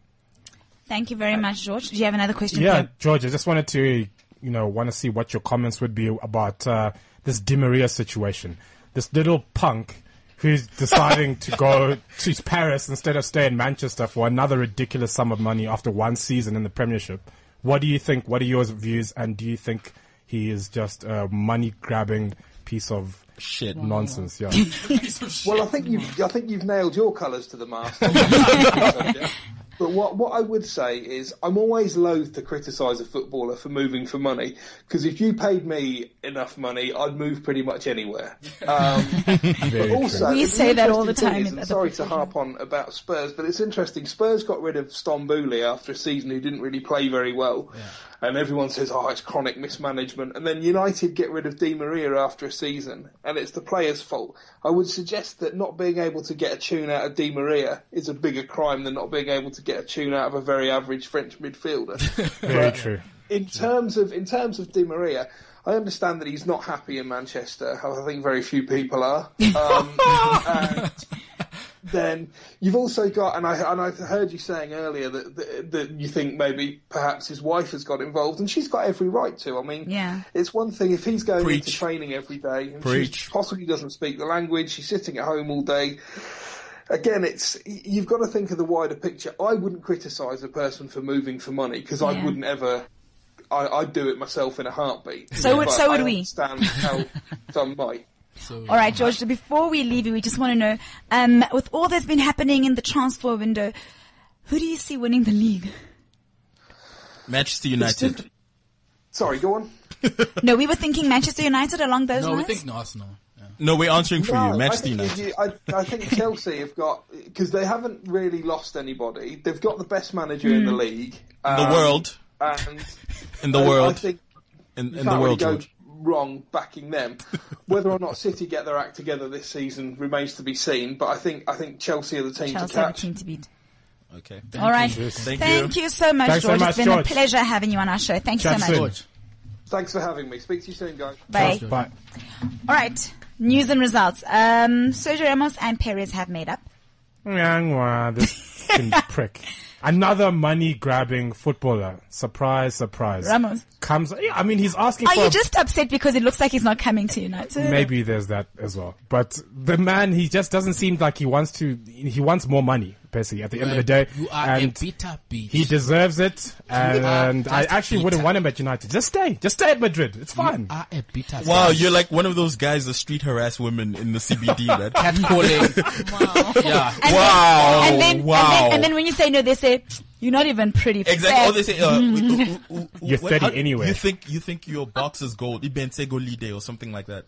Thank you very much, George. Do you have another question?
Yeah,
for-
George, I just wanted to, you know, want to see what your comments would be about uh, this Di Maria situation. This little punk who's deciding to go to Paris instead of stay in Manchester for another ridiculous sum of money after one season in the Premiership. What do you think? What are your views? And do you think he is just a money grabbing piece of
Shit.
nonsense? Yeah.
Well, I think you've I think you've nailed your colours to the mast. on this subject. but what what I would say is I'm always loath to criticise a footballer for moving for money because if you paid me enough money, I'd move pretty much anywhere. Um,
Very
but also,
We
the
say that all
interesting
the
thing
time
is,
in
and
other
sorry to harp on about Spurs, but it's interesting. Spurs got rid of Stambouli after a season who didn't really play very well. And everyone says, oh, it's chronic mismanagement. And then United get rid of Di Maria after a season, and it's the player's fault. I would suggest that not being able to get a tune out of Di Maria is a bigger crime than not being able to get a tune out of a very average French midfielder.
Very true.
in terms of in terms of Di Maria, I understand that he's not happy in Manchester. I think very few people are. Um, and then you've also got, and I and I heard you saying earlier that, that that you think maybe perhaps his wife has got involved, and she's got every right to. I mean,
Yeah.
it's one thing if he's going into
Preach.
training every day, and
Preach.
she possibly doesn't speak the language, she's sitting at home all day. Again, it's y- you've got to think of the wider picture. I wouldn't criticise a person for moving for money because I
Yeah.
wouldn't ever. I, I'd do it myself in a heartbeat.
So would-
But
so would
I
we.
Understand how some might.
All right, George. Before we leave you, we just want to know, um, with all that's been happening in the transfer window, who do you see winning the league?
Manchester United.
Sorry, go on.
No, we were thinking Manchester United along those
No, we
lines.
think Arsenal. Yeah.
No, we're answering for
No,
you. Manchester
I
United.
think, you- I, I think Chelsea have got because they haven't really lost anybody. They've got the best manager in the
Hmm.
league,
The
um,
world.
and
In the
I- I
world.
think
In,
you
in the
can't
world,
really go
George.
wrong backing them. Whether or not City get their act together this season remains to be seen. But I think I think Chelsea are the team
Chelsea
to
are the
catch.
team to beat.
Okay.
All right.
Thank
Thank you. so much,
Thanks so
George.
much,
it's been
George.
a pleasure having you on our show. Thank you so
Chat
much.
soon.
George.
Thanks for having me. Speak to you soon, guys.
Bye.
Bye.
All right. News and results. Um, Sergio Ramos and Perez have made up.
Nyang wa, This fucking prick. Another money grabbing footballer. Surprise, surprise.
Ramos.
Comes, yeah, I mean, he's asking
Are
for
you
a-
just upset because it looks like he's not coming to United?
Maybe there's that as well. But the man, he just doesn't seem like he wants to, he wants more money, basically, at the end of the day.
You are a
and
bitter beat.
he deserves it. And
are
I
just
actually wouldn't
bitter.
want him at United. Just stay. Just stay at Madrid. It's fine.
You are a bitter
Wow, you're like one of those guys that street harass women in the CBD, man.
Catcalling. Yeah.
And
Wow,
Then, and, then, and,
wow.
then, and then when you say no, they say, you're not even pretty.
Exactly.
Fat."
All they say, uh, w- w- w-
You're
what-
30
how-
anyway.
You think you think your box is gold? Ibente Golide or something like that.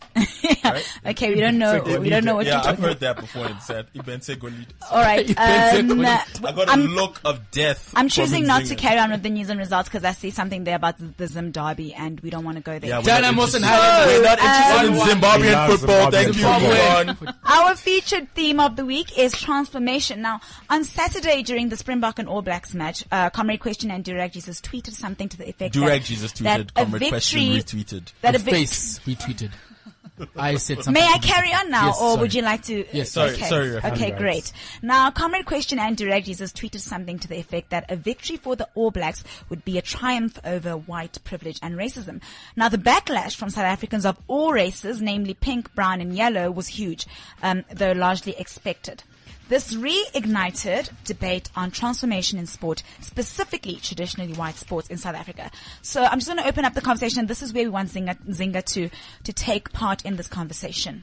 Okay, we don't know. We don't know what
yeah,
you're
I've
talking
heard that before. It said Ibente Golide.
All right.
Depends
Um,
on-
I got a
I'm,
look of death.
I'm
from
choosing not to
Mzinga.
carry on with the news and results because I see something there about the, the Zim derby and we don't want to go there.
Yeah, we're not
Dynamos and
interested.
Highlanders.
We're not interested
um,
in
We
Zimbabwean
love
football.
Zimbabwean
Thank you.
football.
Move on.
Our featured theme of the week is transformation. Now, on Saturday during the Springbok and All Blacks match, uh, Comrade Question and Durag Jesus tweeted something to the effect
Durag
that,
Jesus
that
tweeted.
a
Comrade
victory,
question retweeted.
That a
The
vic-
face retweeted. I said something.
May I
to the-
carry on now,
Yes,
or
sorry.
would you like to? uh,
Yes, sorry,
okay.
sorry, Rafa.
Okay, great. Now, Comrade Question and Direct Jesus tweeted something to the effect that a victory for the All Blacks would be a triumph over white privilege and racism. Now, the backlash from South Africans of all races, namely pink, brown, and yellow, was huge, um, though largely expected. This reignited debate on transformation in sport, specifically traditionally white sports in South Africa. So I'm just going to open up the conversation. This is where we want Zinga, Zinga to, to take part in this conversation.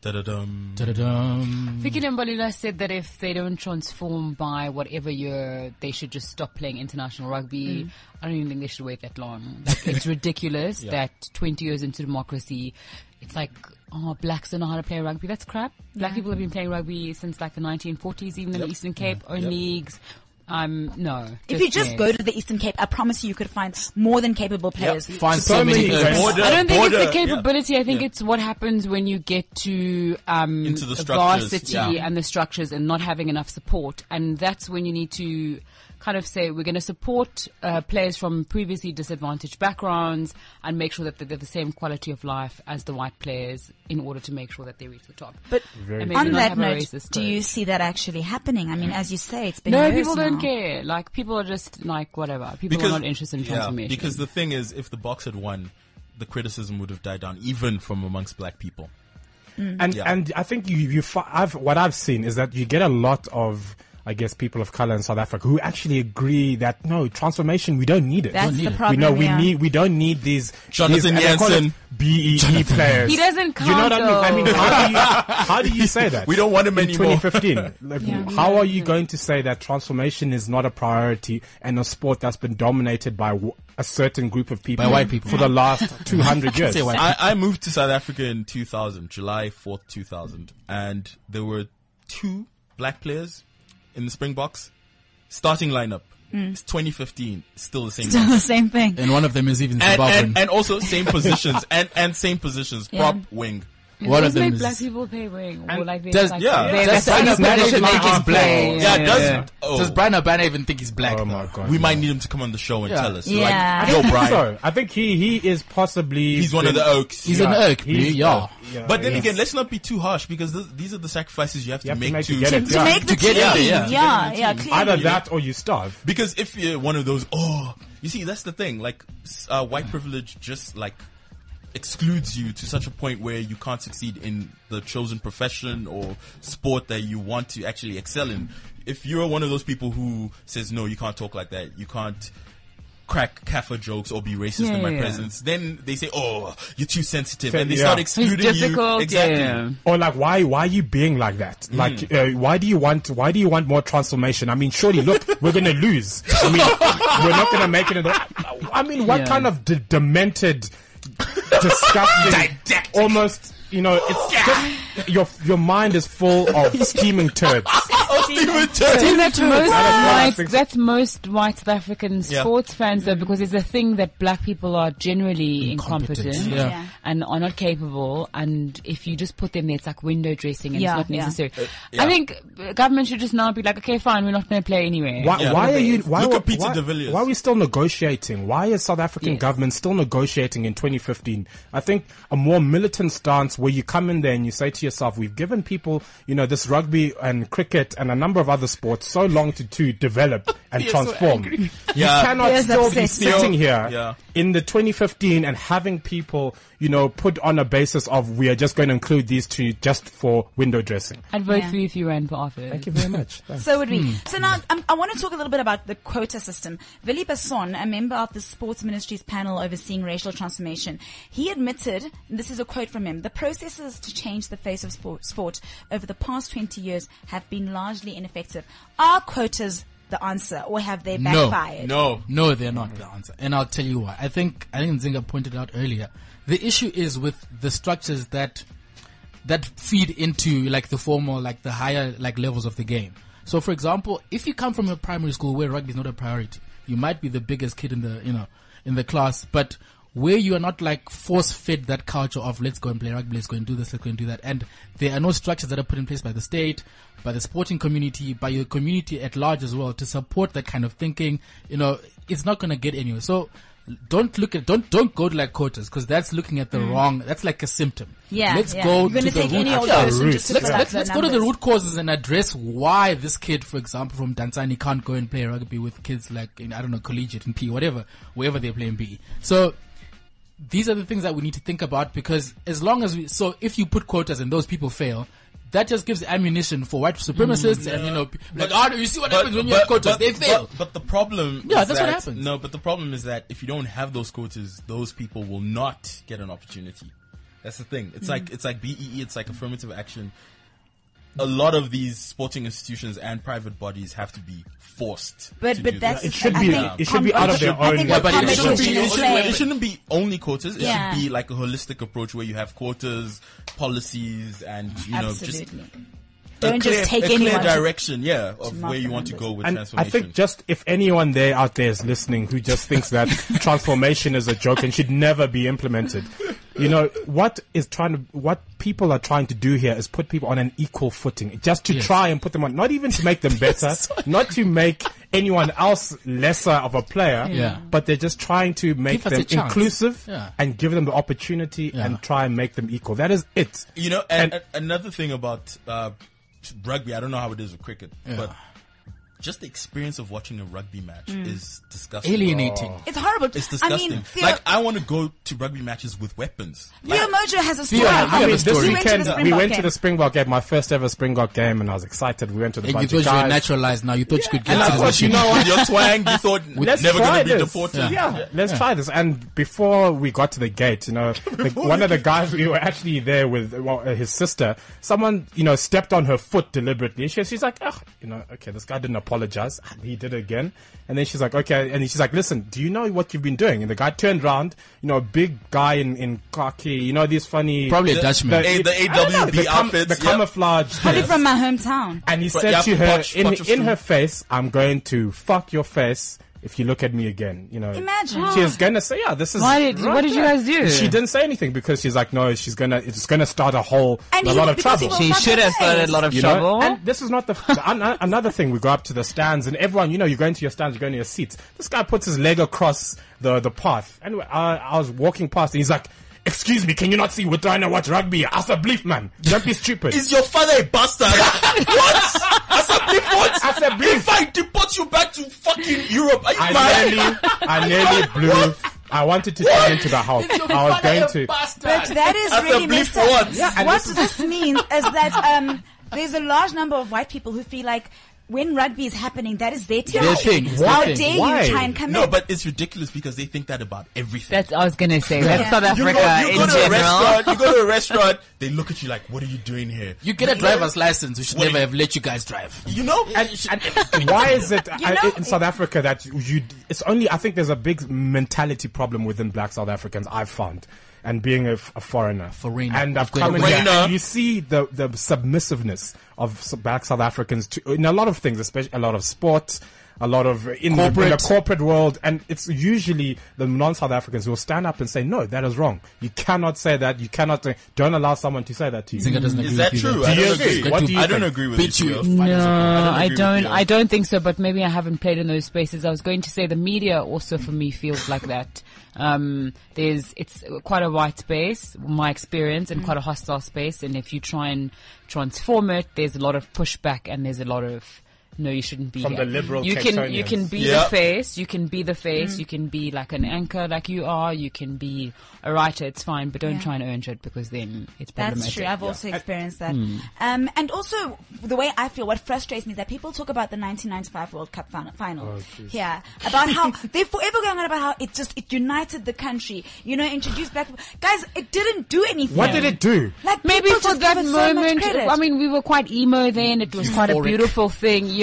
Da-da-dum.
Da-da-dum.
Vicky Limbalula said that if they don't transform by whatever year, they should just stop playing international
Mm.
rugby. I don't even think they should wait that long. Like, it's ridiculous that 20 years into democracy, it's like, oh, blacks don't know how to play rugby. That's crap. Black people have been playing rugby since like the 1940s, even in the Eastern Cape, own leagues. Um, no.
If you just
yes.
go to the Eastern Cape, I promise you, you could find more than capable players.
Find so, many
many
errors.
Border-
I don't think it's
border-
the capability. I think it's what happens when you get to um,
Into the structures,
varsity
yeah.
and the structures and not having enough support. And that's when you need to kind of say, we're going to support uh, players from previously disadvantaged backgrounds and make sure that they have the same quality of life as the white players in order to make sure that they reach the top.
But
And maybe
on
not
that
have a
note,
racist
do
coach.
you see that actually happening? I mean, as you say, it's been
No,
years
people don't
now.
care. Like, people are just like, whatever. People are not interested in
yeah,
transformation.
because the thing is, if the box had won, the criticism would have died down, even from amongst black people.
And
Yeah.
and I think you you fi- I've what I've seen is that you get a lot of I guess people of color in South Africa who actually agree that no transformation we don't need it.
That's
need
the
it. We
we
problem.
know we
yeah.
need we don't need these
Jonathan
these, and they call it
Jansen.
BEE players.
He doesn't
You know what I
count,
mean? I mean, how do you how do you say that?
We don't want him
in
anymore.
2015. Like, How are you going to say that transformation is not a priority and a sport that's been dominated by w- a certain group of people
By white people.
for the last 200 years?
Say white
I, I moved to South Africa in 2000, July 4th, 2000, and there were two black players in the Springboks. Starting lineup. It's 2015, still the same.
Still the same thing.
And one of them is even
and,
Zimbabwean.
and, and also same positions and, and same positions, prop, wing.
One of
Does
them
make black
is.
people pay wing. Or
And
like they're
does-
like,
yeah.
they're-
Does
that's
Brian
another
O'Bannon
should
think
make
he's
us play.
black?
Yeah,
Yeah,
does
yeah.
oh,
Does Brian O'Bannon even think he's black?
Oh
though?
my god.
we
no.
might need him to come on the show and
Yeah.
tell us.
Yeah.
Like, yo, Brian.
So, I think he, he is possibly.
He's one of the E oaks.
He's an irk,
he's-
blue, yeah.
yeah,
but then
yeah.
again, let's not be too harsh because th- these are the sacrifices you have to,
You have to
make,
make
to,
to get it.
to
Yeah.
make the
To get
team.
in there, yeah.
yeah,
To
yeah, clearly.
Either that or you starve.
Because if you're one of those, oh, you see, that's the thing. Like, s- uh, white privilege just like excludes you to such a point where you can't succeed in the chosen profession or sport that you want to actually excel in. If you're one of those people who says, no, you can't talk like that, you can't crack kafir jokes or be racist in
Yeah,
my
yeah.
presence, then they say, oh, you're too sensitive.
Sen-
And they
yeah.
start
It's
It's
excluding you.
difficult.
Exactly.
Yeah.
Or like, why, why are you being like that?
Hmm.
Like, uh, why do you want, why do you want more transformation? I mean, surely, look, we're gonna lose. I mean, we're not gonna make it in the, I mean, what
Yeah.
kind of de- demented, disgusting,
Didactic.
almost, you know, it's just, your, your mind is full of steaming turds.
Steven Gerrard.
Dude, that's most
I
white,
think so.
that's most white South African
Yeah.
sports fans though, because it's a thing that black people are generally
Incompetent.
incompetent,
Yeah.
Yeah.
and are not capable. And if you just put them there, it's like window dressing, and
Yeah,
it's not
yeah.
necessary.
yeah.
I think uh, government should just now be like, okay, fine, we're not going to play anyway.
Why,
Yeah.
why are you? Why,
Look
were-
at Peter
why,
de Villiers.
why are we still negotiating? Why is South African
Yes.
government still negotiating in 2015? I think a more militant stance where you come in there and you say to yourself, "We've given people, you know, this rugby and cricket and a number of other sports so long to, to develop and transform. you
Yeah.
cannot
Yes,
still be
obsessed.
sitting here
Yeah.
in the 2015 and having people, you know, put on a basis of we are just going to include these two just for window dressing.
I'd vote
Yeah.
for you if you ran for office.
Thank you very much. Thanks.
So would we.
Hmm.
So now um, I want to talk a little bit about the quota system. Vili Basson, a member of the Sports Ministry's panel overseeing racial transformation, he admitted, and this is a quote from him, the processes to change the face of sport, sport over the past 20 years have been largely ineffective. Are quotas the answer or have they
No.
backfired?
No.
No, they're not the answer. And I'll tell you why. I think, I think Zinga pointed out earlier, the issue is with the structures that, that feed into like the formal, like the higher like levels of the game. So for example, if you come from a primary school where rugby is not a priority, you might be the biggest kid in the, you know, in the class, but where you are not like force fed that culture of let's go and play rugby, let's go and do this, let's go and do that. And there are no structures that are put in place by the state, by the sporting community, by your community at large as well to support that kind of thinking. You know, it's not going to get anywhere. So don't look at, don't, don't go to like quotas because that's looking at the wrong, that's like a symptom.
Yeah,
Let's
yeah. You're
go to
gonna
the
take
root
any old
cause.
person just to
let's
fill out
let's,
the
let's go to the
numbers.
root causes and address why this kid, for example, from Danzani can't go and play rugby with kids like in I don't know collegiate and P whatever wherever they play in B. So these are the things that we need to think about because as long as we so if you put quotas and those people fail. That just gives ammunition for white supremacists and you know
Mm.
pe- like oh, you see what happens when you have quotas they fail
But, but the problem,
Yeah,
is
that's what
that-
happens.
No, but the problem is that if you don't have those quotas, those people will not get an opportunity. That's the thing.
Mm-hmm.
It's like it's like BEE. It's like affirmative action. A lot of these sporting institutions and private bodies have to be forced.
But-
to
but
do
that's-
this.
It should
I
be.
think
It should be out of their
I
own.
think
way.
what
but it
Ahmed
should be-
Shaheen
it
is
shouldn't,
saying-
it shouldn't be only quotas. It
Yeah.
should be like a holistic approach where you have quotas, policies, and you know just
Absolutely.
a
Don't
clear,
just take
a clear
anyone. to-
direction. Yeah, of
mark
where you
the
want to
numbers.
go with
And I
transformation.
think just if anyone there out there is listening who just thinks that transformation is a joke and should never be implemented, you know what is trying to what people are trying to do here is put people on an equal footing, just to
Yes.
try and put them on, not even to make them better, not to make anyone else lesser of a player,
Yeah.
but they're just trying to make
Give us a
them
chance.
inclusive
Yeah.
and give them the opportunity
Yeah.
and try and make them equal. That is it.
You know, and, and another thing about uh, rugby, I don't know how it is with cricket, but just the experience of watching a rugby match is disgusting.
alienating
Oh.
It's horrible.
It's disgusting.
I mean, Theo,
like I want to go to rugby matches with weapons.
Leo Mojo has a story.
Theo, you have a
this
story.
He went to
weekend
the
we
Springbok
went to
game.
the Springbok game, my first ever Springbok game, and I was excited. We went to the
Like, you
bunch
thought
of
you were
guys.
naturalized now you thought you could get
And I
citizenship.
thought, you know
With your twang, you thought
Let's
never
try
going to be
this.
deported.
Yeah, let's try this. And before we got to the gate, you know, the, one of the guys we were actually there with, well, uh, his sister, someone, you know, stepped on her foot deliberately. She, she's like, oh, you know, okay, this guy didn't apologize. He did it again. And then she's like, okay. And she's like, listen, do you know what you've been doing? And the guy turned around, you know, a big guy in, in khaki, you know, these funny.
Probably a Dutchman.
A- the
I don't know,
AWB
the cam-
outfits,
The
yeah.
camouflage.
Probably
thing.
from my hometown.
And he
But
said
yeah,
to her,
punch-
in,
punch of
in
two.
her face, I'm going to fuck your face if you look at me again, you know.
Imagine.
She is gonna say, yeah, this is.
Why did-
right
what did you
there."
guys do?
She didn't say anything because she's like, no, she's gonna, it's gonna start a whole,
And
a
he-
lot of
because
trouble.
he
She
will fuck
should have
your
started
face.
a lot of
You know?
trouble.
And this is not the, the an- another thing. We go up to the stands, and everyone, you know, you go into your stands, you go into your seats. This guy puts his leg across the the path, and I, I was walking past, and he's like. Excuse me, can you not see we're trying to watch rugby? As a belief, man. Don't be stupid.
Is your father a bastard? what? As a belief, what?
As a belief.
If I deport you back to fucking Europe, are you
I
mad?
nearly, I nearly blew. I wanted to turn into the house. I was going to.
But that is
As a
really
bleep
messed up.
what? Yeah,
and
what this means is that um, there's a large number of white people who feel like when rugby is happening, that is their team.
Their thing, it's
How
their thing.
dare
Why?
you try and come
No,
in?
but it's ridiculous because they think that about everything.
That's I was gonna say. That's South
you go,
Africa
you go
in
to a
general.
restaurant, you go to a restaurant, they look at you like, what are you doing here?
You get a driver's license. We should
What
never
do you-
have let you guys drive.
You know?
Why is it I-
know-
in South Africa that you- you? It's only I think there's a big mentality problem within Black South Africans. I've found. And being a, f- a foreigner,
Foreigner.
and I've
Foreigner.
come in here,
Foreigner.
and you see the the submissiveness of s- black South Africans to in a lot of things, especially a lot of sport, a lot of in, the- in the
Corporate.
corporate world, and it's usually the non-South Africans who will stand up and say, "No, that is wrong. You cannot say that. You cannot. say- Don't allow someone to say that to you."
Singer doesn't
Is
agree
that
with you
true?
there.
I
Do you
don't
agree?
agree.
What do you
I don't
think?
agree with
Beat
you.
you.
Theo.
No, I
agree with
don't.
you.
I don't think so. But maybe I haven't played in those spaces. I was going to say the media also for me feels like that. Um, there's it's quite a white space, my experience, and quite a hostile space. And if you try and transform it, there's a lot of pushback and there's a lot of no, you shouldn't be
From
here.
the liberal
You can you
Cape Townians.
can be
Yeah.
the face. You can be the
Mm.
face. You can be like an anchor, like you are. You can be a writer. It's fine, but don't
Yeah.
try and earn shit because then it's problematic.
That's true. I've also experienced that.
Hmm.
Um, and also, the way I feel, what frustrates me is that people talk about the 1995 World Cup final. final
Oh,
yeah. About how they're forever going on about how it just, it united the country. You know, introduced black people. Guys, it didn't do anything.
What did it do?
Like,
Maybe
people
for
just
that
give it
moment,
So much credit.
I mean, we were quite emo then. It Mm. was quite a
Euphoric.
beautiful thing, yeah.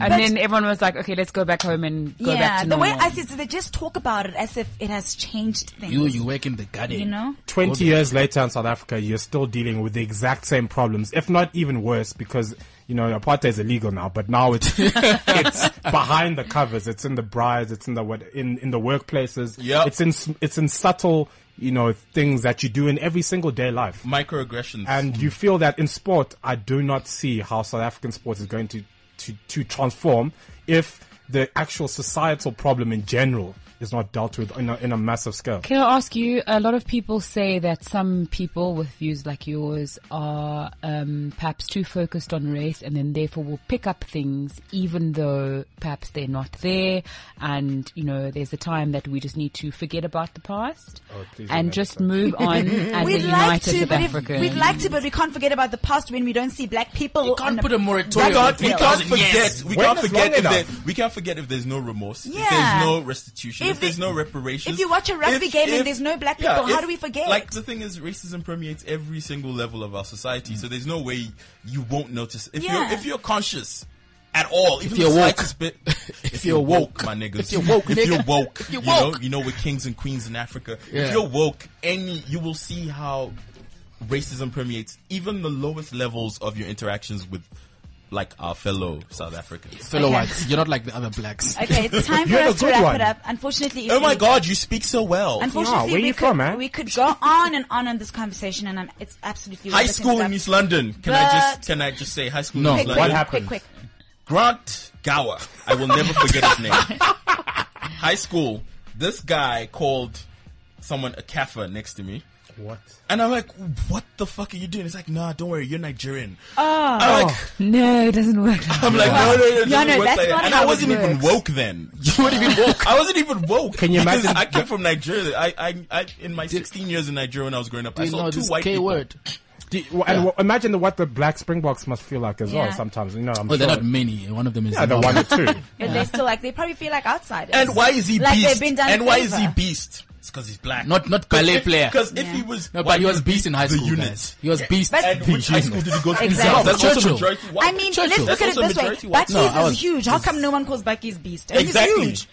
And then everyone was like, okay, let's go back home and go
yeah,
back to
the way
normal.
I see it, so they just talk about it as if it has changed things.
You, you work in the garden.
You know?
20 years later in South Africa, you're still dealing with the exact same problems, if not even worse, because, you know, apartheid is illegal now, but now it's, it's behind the covers. It's in the brides. It's in the, what, in, in the workplaces.
Yep.
It's in, s- it's in subtle, you know, things that you do in every single day life.
Microaggressions.
And you feel that in sport, I do not see how South African sports is going to, to, to transform if the actual societal problem in general is not dealt with in a, in a massive scale.
Can I ask you? A lot of people say that some people with views like yours are um, perhaps too focused on race, and then therefore will pick up things even though perhaps they're not there. And you know, there's a time that we just need to forget about the past
please
and
don't
just move on as a
We'd like
united
to,
South
but if,
African.
we'd like to, but we can't forget about the past when we don't see black people.
You
on
can't
a-
put a
we
moratorium. on
can't, we can't
2000
forget.
years.
We
When
can't
is
forget,
long
if there,
enough?
we can't forget if there's no remorse, if
Yeah.
there's no restitution, if,
If
there's
it-
no reparations.
if you watch a rugby game and there's no black people, how do we forget?
Like the thing is, racism permeates every single level of our society, so there's no way you won't notice if
Yeah.
you're if you're conscious at all. Even
you're
the
woke.
slightest bit.
If you're woke.
my niggas.
If you're woke,
if
nigga.
you're woke,
If you're
you know,
woke.
you know we're kings and queens in Africa.
Yeah.
If you're woke, any you will see how racism permeates even the lowest levels of your interactions with like our fellow South Africans.
Fellow
Okay.
whites, you're not like the other blacks.
Okay, it's time for
You're
us to
the good
wrap
one.
it up. Unfortunately, if
Oh my
we-
god, you speak so well.
Yeah,
Unfortunately,
where
we,
you
could,
from, eh?
we could go on and on on this conversation, and I'm, it's absolutely
High
ridiculous
school
stuff.
in East London. Can I just
But-
can I just say high school
No.
in
Quick,
East
quick,
London?
What
quick,
happened?
Quick,
Grant Gower. I will never forget his name. High school. This guy called someone a kaffir next to me.
What?
And I'm like, what the fuck are you doing? It's like, nah, don't worry, you're Nigerian. I'm like,
no, it doesn't work. like
I'm like, no, no, no, it
Yeah,
doesn't
no,
work
that's
like
not
that. And
how
I
it
wasn't even
works.
woke then. You weren't even woke. I wasn't even woke.
Can you
because
imagine
I came from Nigeria. I, I, I, in my 16 years in Nigeria when I was growing up, I
You
saw
know
two
this
white
K
people.
word.
Do you, well, and w- imagine the, what the black Springboks must feel like as
Yeah.
well. Sometimes, you know, I'm
Well,
sure.
they're not many. One of them is
yeah, the
Zimbabwe.
one or two.
But they're still like they probably feel like outsiders.
And why is he
Like they've
beast?
been done
and why is he
favor.
beast? It's because he's black.
Not not ballet player.
Because if
Yeah.
he was,
No,
why
but he was
would
beast in high
the
school.
unit.
guys. He was beast.
But-
And which high school did he go to?
Exactly.
That's
Churchill.
also majority white.
I mean,
Churchill.
let's look
That's
at it
also
this way.
majority white.
Bucky's
No, I
is
was-
huge. How come no one calls Bucky's beast? And
Exactly.
He's huge.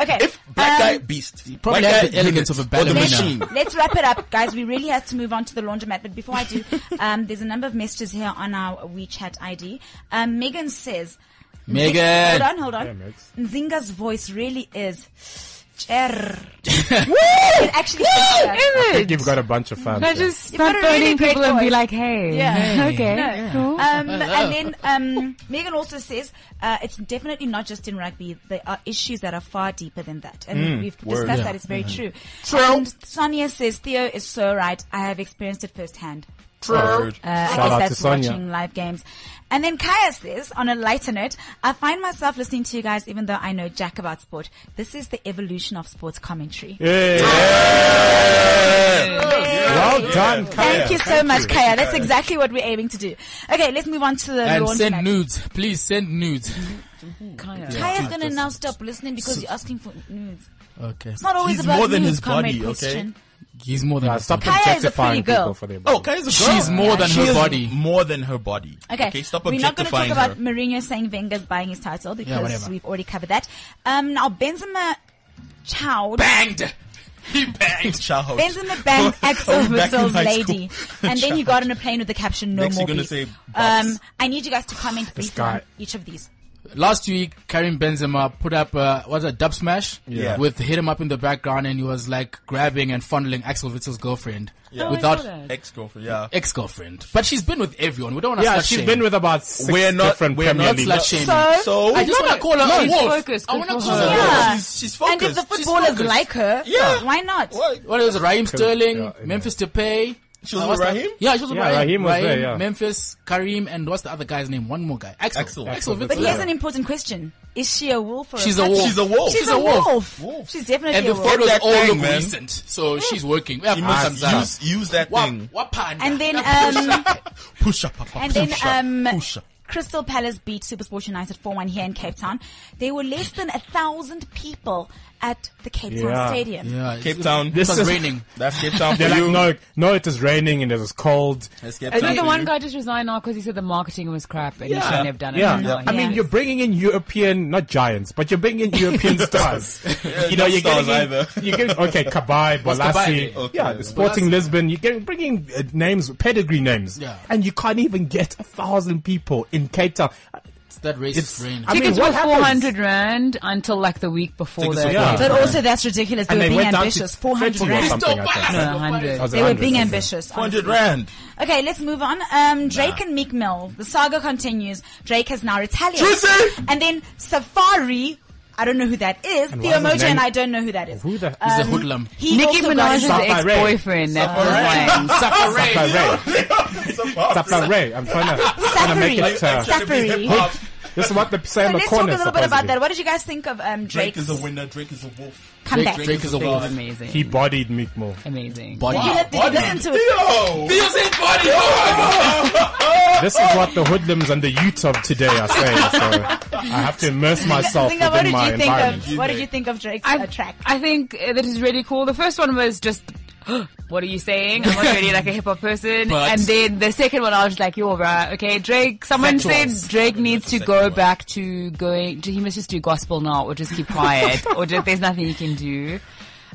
Okay.
If black
um,
guy beast,
probably
white
had
guy
the elegance
unit
of a
or the
ballerina.
machine.
Let's wrap it up, guys. We really have to move on to the laundromat. But before I do, um, there's a number of messages here on our WeChat ID. Um, Megan says,
Megan.
Hold on, hold on.
Yeah, Max.
Nzinga's voice really is. Cher. it actually sounds like that.
I think you've got a bunch of fans.
I
there.
just
You've got
start
a really
phoning
great
people and be
voice.
like, hey,
Yeah.
okay,
No.
cool.
Um, and then um, Megan also says uh, it's definitely not just in rugby. There are issues that are far deeper than that, and we've discussed that. It's very true. And Sonia says Theo is so right. I have experienced it firsthand.
Word.
Uh, I guess
Shout out
that's
to Sonia.
watching live games. And then Kaya says, on a lighter note, I find myself listening to you guys even though I know jack about sport. This is the evolution of sports commentary.
Hey, well done, Kaya.
Thank you so much, Kaya. That's exactly what we're aiming to do. Okay, let's move on to the
And
launch
send
match.
nudes. Please send nudes.
Kinda.
Kaya's gonna now stop listening because you're asking for nudes.
Okay.
It's not always
He's
about
more than
nudes,
his body,
comrade
okay?
Christian.
He's more than
Uh, stop
Kaya is a
objectifying
pretty girl.
people for their
Oh, Kaya's a girl.
She's more than
She
her
is
body.
More than her body.
Okay,
stop
we're not going to talk
objectifying
about
her.
Mourinho saying Wenger's buying his title because
whatever.
we've already covered that. Um, now Benzema chowed.
banged. He banged.
Shout.
Benzema banged Axel
Oh, Back in
Witzel's
high
lady, and then you got on a plane with the caption "No
Next
more."
you're gonna
beef."
say box.
um, I need you guys to comment briefly
guy.
on each of these.
Last week, Karim Benzema put up uh, what's a dub smash
Yeah.
with hit him up in the background, and he was like grabbing and fondling Axel Witzel's girlfriend
Oh, I
without
saw that.
Ex-girlfriend, yeah.
ex girlfriend. But she's been with everyone. We don't want to.
Yeah,
slut
she's
shame.
been with about 6
Oh, We're not-
different
we're
Premier
not
League.
slut shaming.
So,
I just want to call her a
she's
wolf.
focused,
I
good
want to
for
call
her.
her. a
Yeah.
wolf.
she's, she's
And
focused.
if the
She's
footballers
focused.
like her,
Yeah.
why not?
What?
What was it? Raheem Sterling,
yeah, yeah.
Memphis Depay.
She
Uh,
was with
what's the-
Raheem?
Yeah, she was with
Yeah,
Raheem.
Raheem was there, yeah.
Memphis, Karim, and what's the other guy's name? One more guy. Axel.
Axel.
Axel
Axel
But
Witsel.
here's an important question: Is she a wolf or
She's
a
a
cunt?
wolf.
She's a wolf.
She's,
She's
a,
a
wolf.
wolf.
She's definitely
And
a
the
wolf.
photos
that
all
thing,
look
man.
recent, so she's working.
You
Yeah,
must
Mzanzi.
use, use that
Wa-
thing.
wapanda.
And then,
Yeah,
um,
Push up, up, up,
and then
push up,
um,
push up.
Crystal Palace beat Supersport United 4-1 here in Cape Town. There were less than a thousand people at the Cape Town
Yeah.
Stadium.
yeah, it's-
Cape Town.
It
This
was
is-
raining.
That's Cape Town for
They're like,
you.
no, no, it is raining and it is cold.
That's Cape Town
And then
Didn't
for
the one
you.
guy just resign now because he said the marketing was crap and he
Yeah.
shouldn't have done it?
Yeah.
No,
I
he
mean,
has.
you're bringing in European, not giants, but you're bringing in European stars. you
not stars
getting in-
either.
You're getting, okay,
Kabay?
Kabay, Balassi,
Okay,
yeah,
yeah.
Sporting Lisbon. You're getting, bringing uh, names, pedigree names,
Yeah.
and you can't even get a thousand people in Cape Town.
It's that racist
It's-
rain.
I mean,
Tickets
what
were
happens?
400 rand until like the week before
Tickets
that.
were
Yeah.
But also that's ridiculous. They
And
were
they
being
went down to
ambitious. 400
30 or
rand.
something. I think.
No, 100.
That was
They were
100,
being
I think.
ambitious.
400 rand.
Okay, let's move on. Um, Drake and Meek Mill. The saga continues. Drake has now retaliated.
Trizzy!
And then Safari. I don't know who that is.
And
Theo
what's his
Mojo and
name?
I don't know who that is.
Who the-
He's
Um,
a hoodlum.
He
Nicki
also got
Minaj's
his-
Safari.
ex-boyfriend that was lying.
Safari.
Safari. Safari. I'm trying to, trying to make it.
Safari.
Uh,
Safari.
this is what they say
So
in the
let's talk a
corner.
little bit about
supposedly.
that. What did you guys think of um,
Drake
Drake's
is a winner. Drake is a wolf.
comeback?
Drake, Drake is a
It was
wolf.
amazing.
He bodied Meek Mill.
amazing.
Body.
Did you, li- did you listen to it?
Yo!
Theo's in body. Oh my God.
This is what the hoodlums and the youth of today are saying. So I have to immerse myself
Zinga, what
within
did
my
you think
environment.
of? What did you think of Drake's uh, track?
I think uh, that is really cool. The first one was just, what are you saying? I'm not really like a hip hop person.
But-
and then the second one, I was like, yo, bruh, okay, Drake, someone said Drake needs to go back to going, to, he must just do gospel now or just keep quiet or just, there's nothing he can do.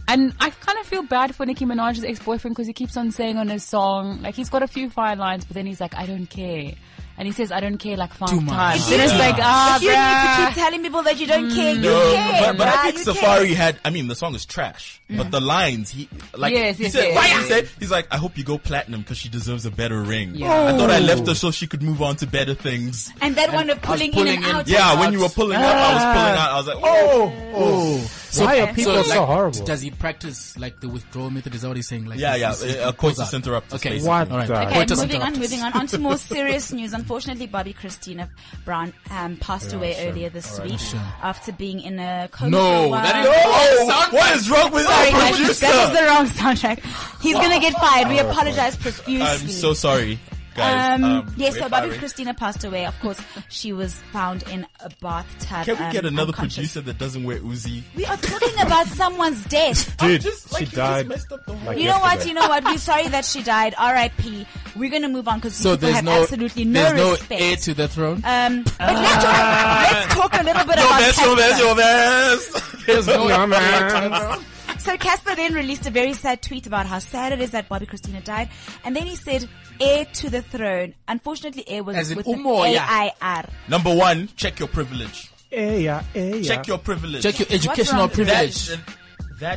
And I kind of feel bad for Nicki Minaj's ex-boyfriend because he keeps on saying on his song, like he's got a few fire lines, but then he's like, I don't care. And he says, I don't care like five
Too much.
times. And it's like, ah,
If you need to
bruh.
keep telling people that you don't care, you care.
But, but
bruh,
I think
you
Safari
care.
had. I mean, the song is trash, but the lines he like.
Yes,
he
yes,
said,
yes,
he
yes.
said, he's like, I hope you go platinum because she deserves a better ring.
Yeah.
I thought I left
Oh.
her so she could move on to better things.
And that one of
I was
pulling,
pulling
in
in.
and out.
Yeah, when you were pulling up, I was pulling out. I was like, oh,
Why are people so,
like,
horrible?
Does he practice like the withdrawal method? Is that what he's saying? Like,
yeah,
he-
yeah.
he- he
Uh,
pulls
coitus
out.
interruptus.
Okay,
basically.
What
all right.
the- Okay,
Okay,
Coitus
moving on,
interruptus.
moving on. On to more serious news. Unfortunately, Bobby Christina Brown um, passed away earlier this week after being in a coma. for a
No,
while.
that is oh, sound
What is wrong with
Sorry,
our
guys,
producer?
that was the wrong soundtrack. He's gonna get fired. We apologize profusely.
I'm so sorry, guys.
Um,
Um,
yes,
we're
so Bobby
firing.
Christina passed away. Of course, she was found in a bathtub.
Can we
um,
get another
unconscious.
producer that doesn't wear Uzi?
We are talking about someone's death.
Dude,
Just,
she
like, you just
died.
messed up the whole-
like
You know what?
yesterday.
You know what? We're sorry that she died. R.I.P. We're gonna move on because
So
people
there's
have
no,
absolutely no
there's no
respect.
heir to the throne.
um, but let's, talk, let's talk a little bit about
That's
Casper.
your best, your best.
there's no heir to the throne.
So Casper then released a very sad tweet about how sad it is that Bobby Christina died, and then he said, "Heir to the throne." Unfortunately, heir was
As in
with an
Umoya.
AIR.
Number one, check your privilege.
Eh, yeah, eh, yeah.
Check your privilege.
Check your
What's
educational
wrong with that?
privilege.
that,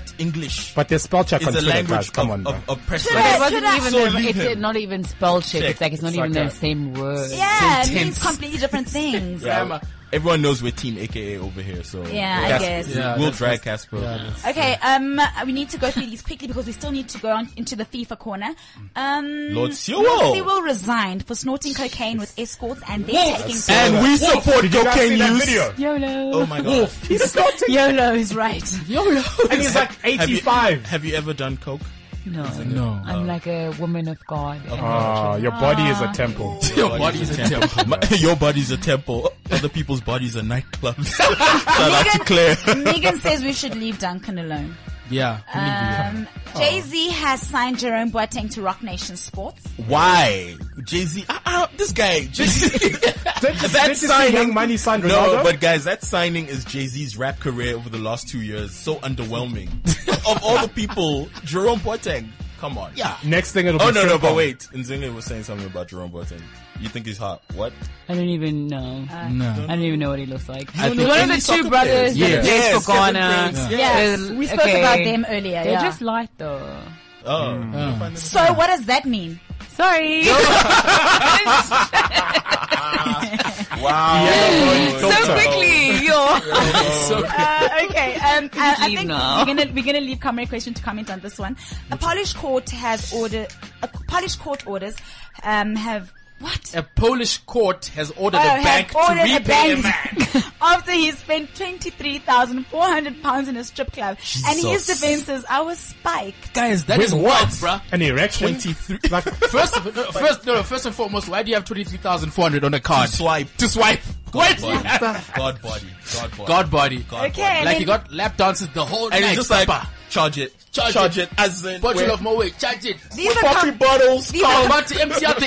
that English
But there's spell check
is
on
the
Twitter,
language
guys. Come on.
of,
man.
of oppression.
Should I-
It wasn't
I-
even,
So
the,
leave
it's
him.
not even spell check.
Check.
It's like it's not
It's
even
like
the
a-
same word.
Yeah,
So
it means
tense.
completely different things.
Yeah, Everyone knows we're Team AKA over here, so
Yeah, I
Casper-
guess.
Yeah,
we'll
that's-
drag Casper.
Okay, um, we need to go through these quickly because we still need to go on into the FIFA corner. Um,
Lord Sewell.
Lord Sewell resigned for snorting cocaine with escorts and then taking.
And we support
Did you guys see
cocaine
that
use.
video?
YOLO.
Oh my god!
He's snorting.
YOLO is right.
Yo,
And he's like
Have you-
85.
Have you ever done coke?
No.
No.
I'm like a woman of God. and
Uh-huh.
Ah,
religion.
your body is a temple.
Your body's a temple.
My- Your body's a temple. Other people's bodies are nightclubs. Shout out to Claire.
Megan says we should leave Duncan alone.
Yeah.
Um,
Oh.
Jay Z has signed Jerome Boateng to Rock Nation Sports.
Why? Jay Z. Uh, uh, this guy. Jay Z.
Did you- did you see Young Money sign
No,
Ronaldo?
but guys, that signing is Jay Z's rap career over the last two years. So underwhelming. of all the people, Jerome Boateng. Come on. Yeah.
Next thing it'll be
Oh no no!
simple.
But wait, Nzinga was saying something about Jerome Boateng. You think he's hot? What?
I don't even know.
Uh, Uh-huh.
no.
I don't even know what he looks like.
I
He's
think
one of
any
the
soccer
two brothers
players.
that
Yeah.
plays
Yes,
for
Kevin
Ghana.
Prince,
Yes,
There's-
we spoke
okay.
about them earlier.
They're
yeah.
just light though.
Oh,
Mm.
so what does that mean?
Sorry.
Ah.
wow!
so quickly. Yo.
Uh, okay, um, uh, I
leave
think
now.
we're gonna we're gonna leave Comrade Question to comment on this one. A Polish court has ordered. A Polish court orders um, have what?
A Polish court has ordered
Oh,
a
have
bank to
ordered
repay
a
a,
bank
man.
after he spent 23,400 pounds in a strip club. And his defenses, I was spiked.
Guys, that
With
is
what?
wild, bruh.
An erection?
23.
Like,
First, of- no, first, no, no, first and foremost, why do you have twenty-three thousand four hundred on a card
To swipe.
To swipe.
God
What?
body. God body. God body.
God body.
God
Okay.
body.
And
Like
then-
he got lap dances the whole
And
night.
he's just like,
papa.
charge it.
Charge
charge
it.
it. As in,
bottle
where-
of Moe, charge it.
These are,
Poppy
com-
bottles.
these
I'm
are,
about to empty out the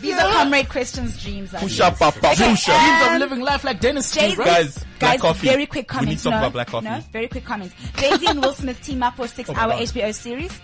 these are Comrade Question's dreams. I
Push
think.
up, papa.
Okay,
Push
uh,
up.
Dreams
Um,
of living life like Dennis
Jay-Z-
Street, right?
Guys, black coffee.
very quick
We need
comments.
to talk
no,
about black coffee.
no, very quick comments. Jay-Z and Will Smith team up for a six-hour
God.
HBO series.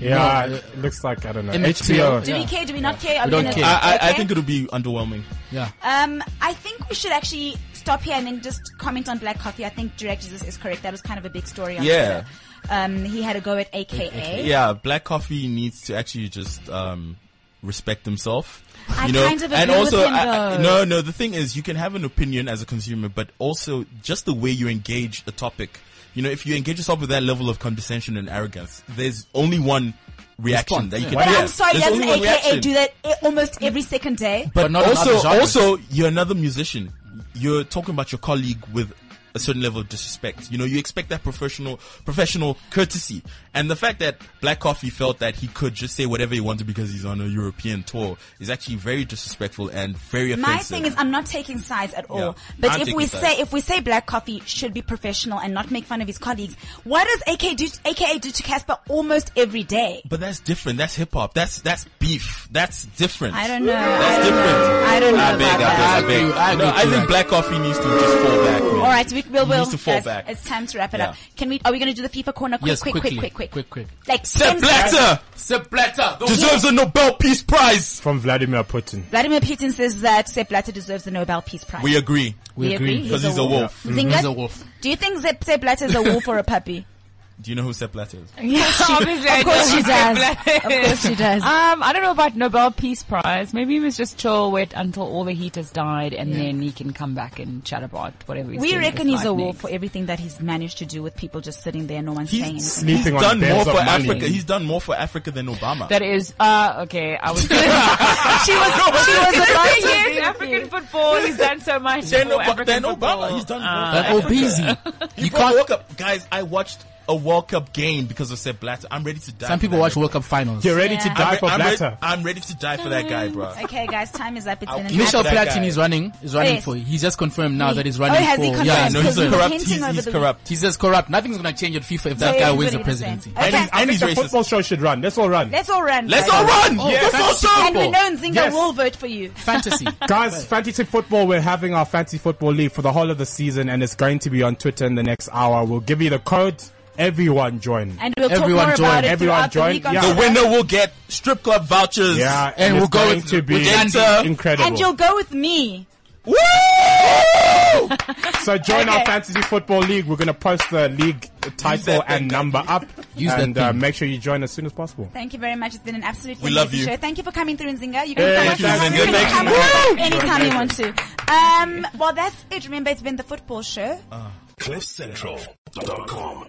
yeah, it looks like, I don't know,
In the
HBO.
Do
Yeah.
we care? Do we not care? Are
We don't
gonna-
care.
I, I, I
okay.
think it'll be underwhelming.
Yeah.
Um, I think we should actually stop here and then just comment on Black Coffee. I think Direct Jesus is correct. That was kind of a big story on
Yeah.
Twitter. Um, he had a go at AKA.
Yeah, Black Coffee needs to actually just um, respect himself.
I
you know,
kind of
and
agree
also,
with him,
I- I-
though.
no, no. The thing is, you can have an opinion as a consumer, but also just the way you engage a topic. You know, if you engage yourself with that level of condescension and arrogance, there's only one reaction
Response,
that you
yeah.
can.
But
yeah,
I'm sorry,
there's
doesn't
only one
AKA
reaction.
do that i- almost every second day?
But,
But not in
also,
other genres.
also, you're another musician. You're talking about your colleague with a certain level of disrespect. You know, you expect that professional, professional courtesy. And the fact that Black Coffee felt that he could just say whatever he wanted because he's on a European tour is actually very disrespectful and very offensive.
My thing is, I'm not taking sides at all.
Yeah,
but
I'm
if we
taking sides.
say if we say Black Coffee should be professional and not make fun of his colleagues, what does AKA do? AKA do to Casper almost every day?
but that's different. That's hip hop. That's, that's beef. That's different.
I don't know.
That's different.
I don't know
I beg, I
about
beg,
that.
I
I beg.
agree, I agree
no, I
too,
think
like-
Black Coffee needs to just fall back. man.
All right, we will. will
needs to fall
guys,
back.
It's time to wrap it up.
Yeah.
Can we? Are we going to do the FIFA corner? Quick,
Yes,
quick,
quickly.
quick, quick, quick,
quick.
Like
Sepp
10
Blatter
Sepp Blatter. The
deserves a Nobel Peace Prize.
From Vladimir Putin.
Vladimir Putin says that Sepp Blatter deserves the Nobel Peace Prize.
We agree.
we, agree.
Because he's a wolf.
Zinga,
He's a wolf.
Do you think Sepp, Sepp Blatter is a wolf or a puppy?
Do you know who Sepp Blatter is?
Yes, she,
Obviously, I
of course
know
she
Sepp
does.
Blatter.
Of course she does.
Um, I don't know about Nobel Peace Prize. Maybe he was just chill, wait until all the heat has died, and then he can come back and chat about whatever. He's
We
doing with
reckon he's a
lightning.
wolf for everything that he's managed to do with people just sitting there, no one's
He's
saying anything.
Sleeping
He's
on
done
beds
more
of
for
money.
Africa. He's done more for Africa than Obama.
That is, uh, okay. I was. she was. She
was about to be-
African football. He's done so much.
Then
for
Ob-
African
then
football.
Obama, he's done
Uh,
That obese.
you can't World Cup, guys. I watched a World Cup game because of Sepp Blatter. I'm ready to die.
Some
for
people
that
watch
guy.
World Cup finals.
You're ready
Yeah.
to die
I'm,
for
re- I'm ready-
Blatter.
I'm ready to die for that guy, bro.
Okay, guys, time is up. It's been an
Michel
That guy.
Platini is running. Is running
Yes.
for. He's just confirmed now
He-
that he's running
Oh, has
for.
he
yeah,
confirmed?
no,
no, he's
he's,
Because
a,
he was
corrupt.
hinting
He's,
over
he's
the-
corrupt.
he's just corrupt. Nothing's gonna change at FIFA if that
So he's
guy wins the
already the same.
presidency.
Okay.
And he's-
I
and
think
he's
the
racist.
football show should run. Let's all run.
Let's all run.
Let's
guys.
all run. Let's all
that's
shout.
And we
football.
know Nzinga
Yes.
will vote for you.
Fantasy.
Guys, fantasy football, we're having our fantasy football league for the whole of the season and it's going to be on Twitter in the next hour. We'll give you the code Everyone join.
And we'll talk
Everyone
more
join.
about it
Everyone
throughout
join.
the week. on
Yeah.
The
Saturday.
winner will get strip club vouchers.
yeah, and,
And
it's
we'll go
going
with-
to be
with Anta.
incredible.
And you'll go with me.
Woo!
So join our
Okay.
fantasy football league. We're going to post the league title
that
and
thing,
number up.
Use that
and uh,
thing.
make sure you join as soon as possible.
Thank you very much. It's been an absolutely
We love
amazing
you.
show. Thank you for coming through, Nzinga. You
Yeah,
can
thank you,
come
Nzinga.
back
Thank you.
come back anytime you want to. Um, well, that's it. Remember, it's been the football show.
CliffCentral.com.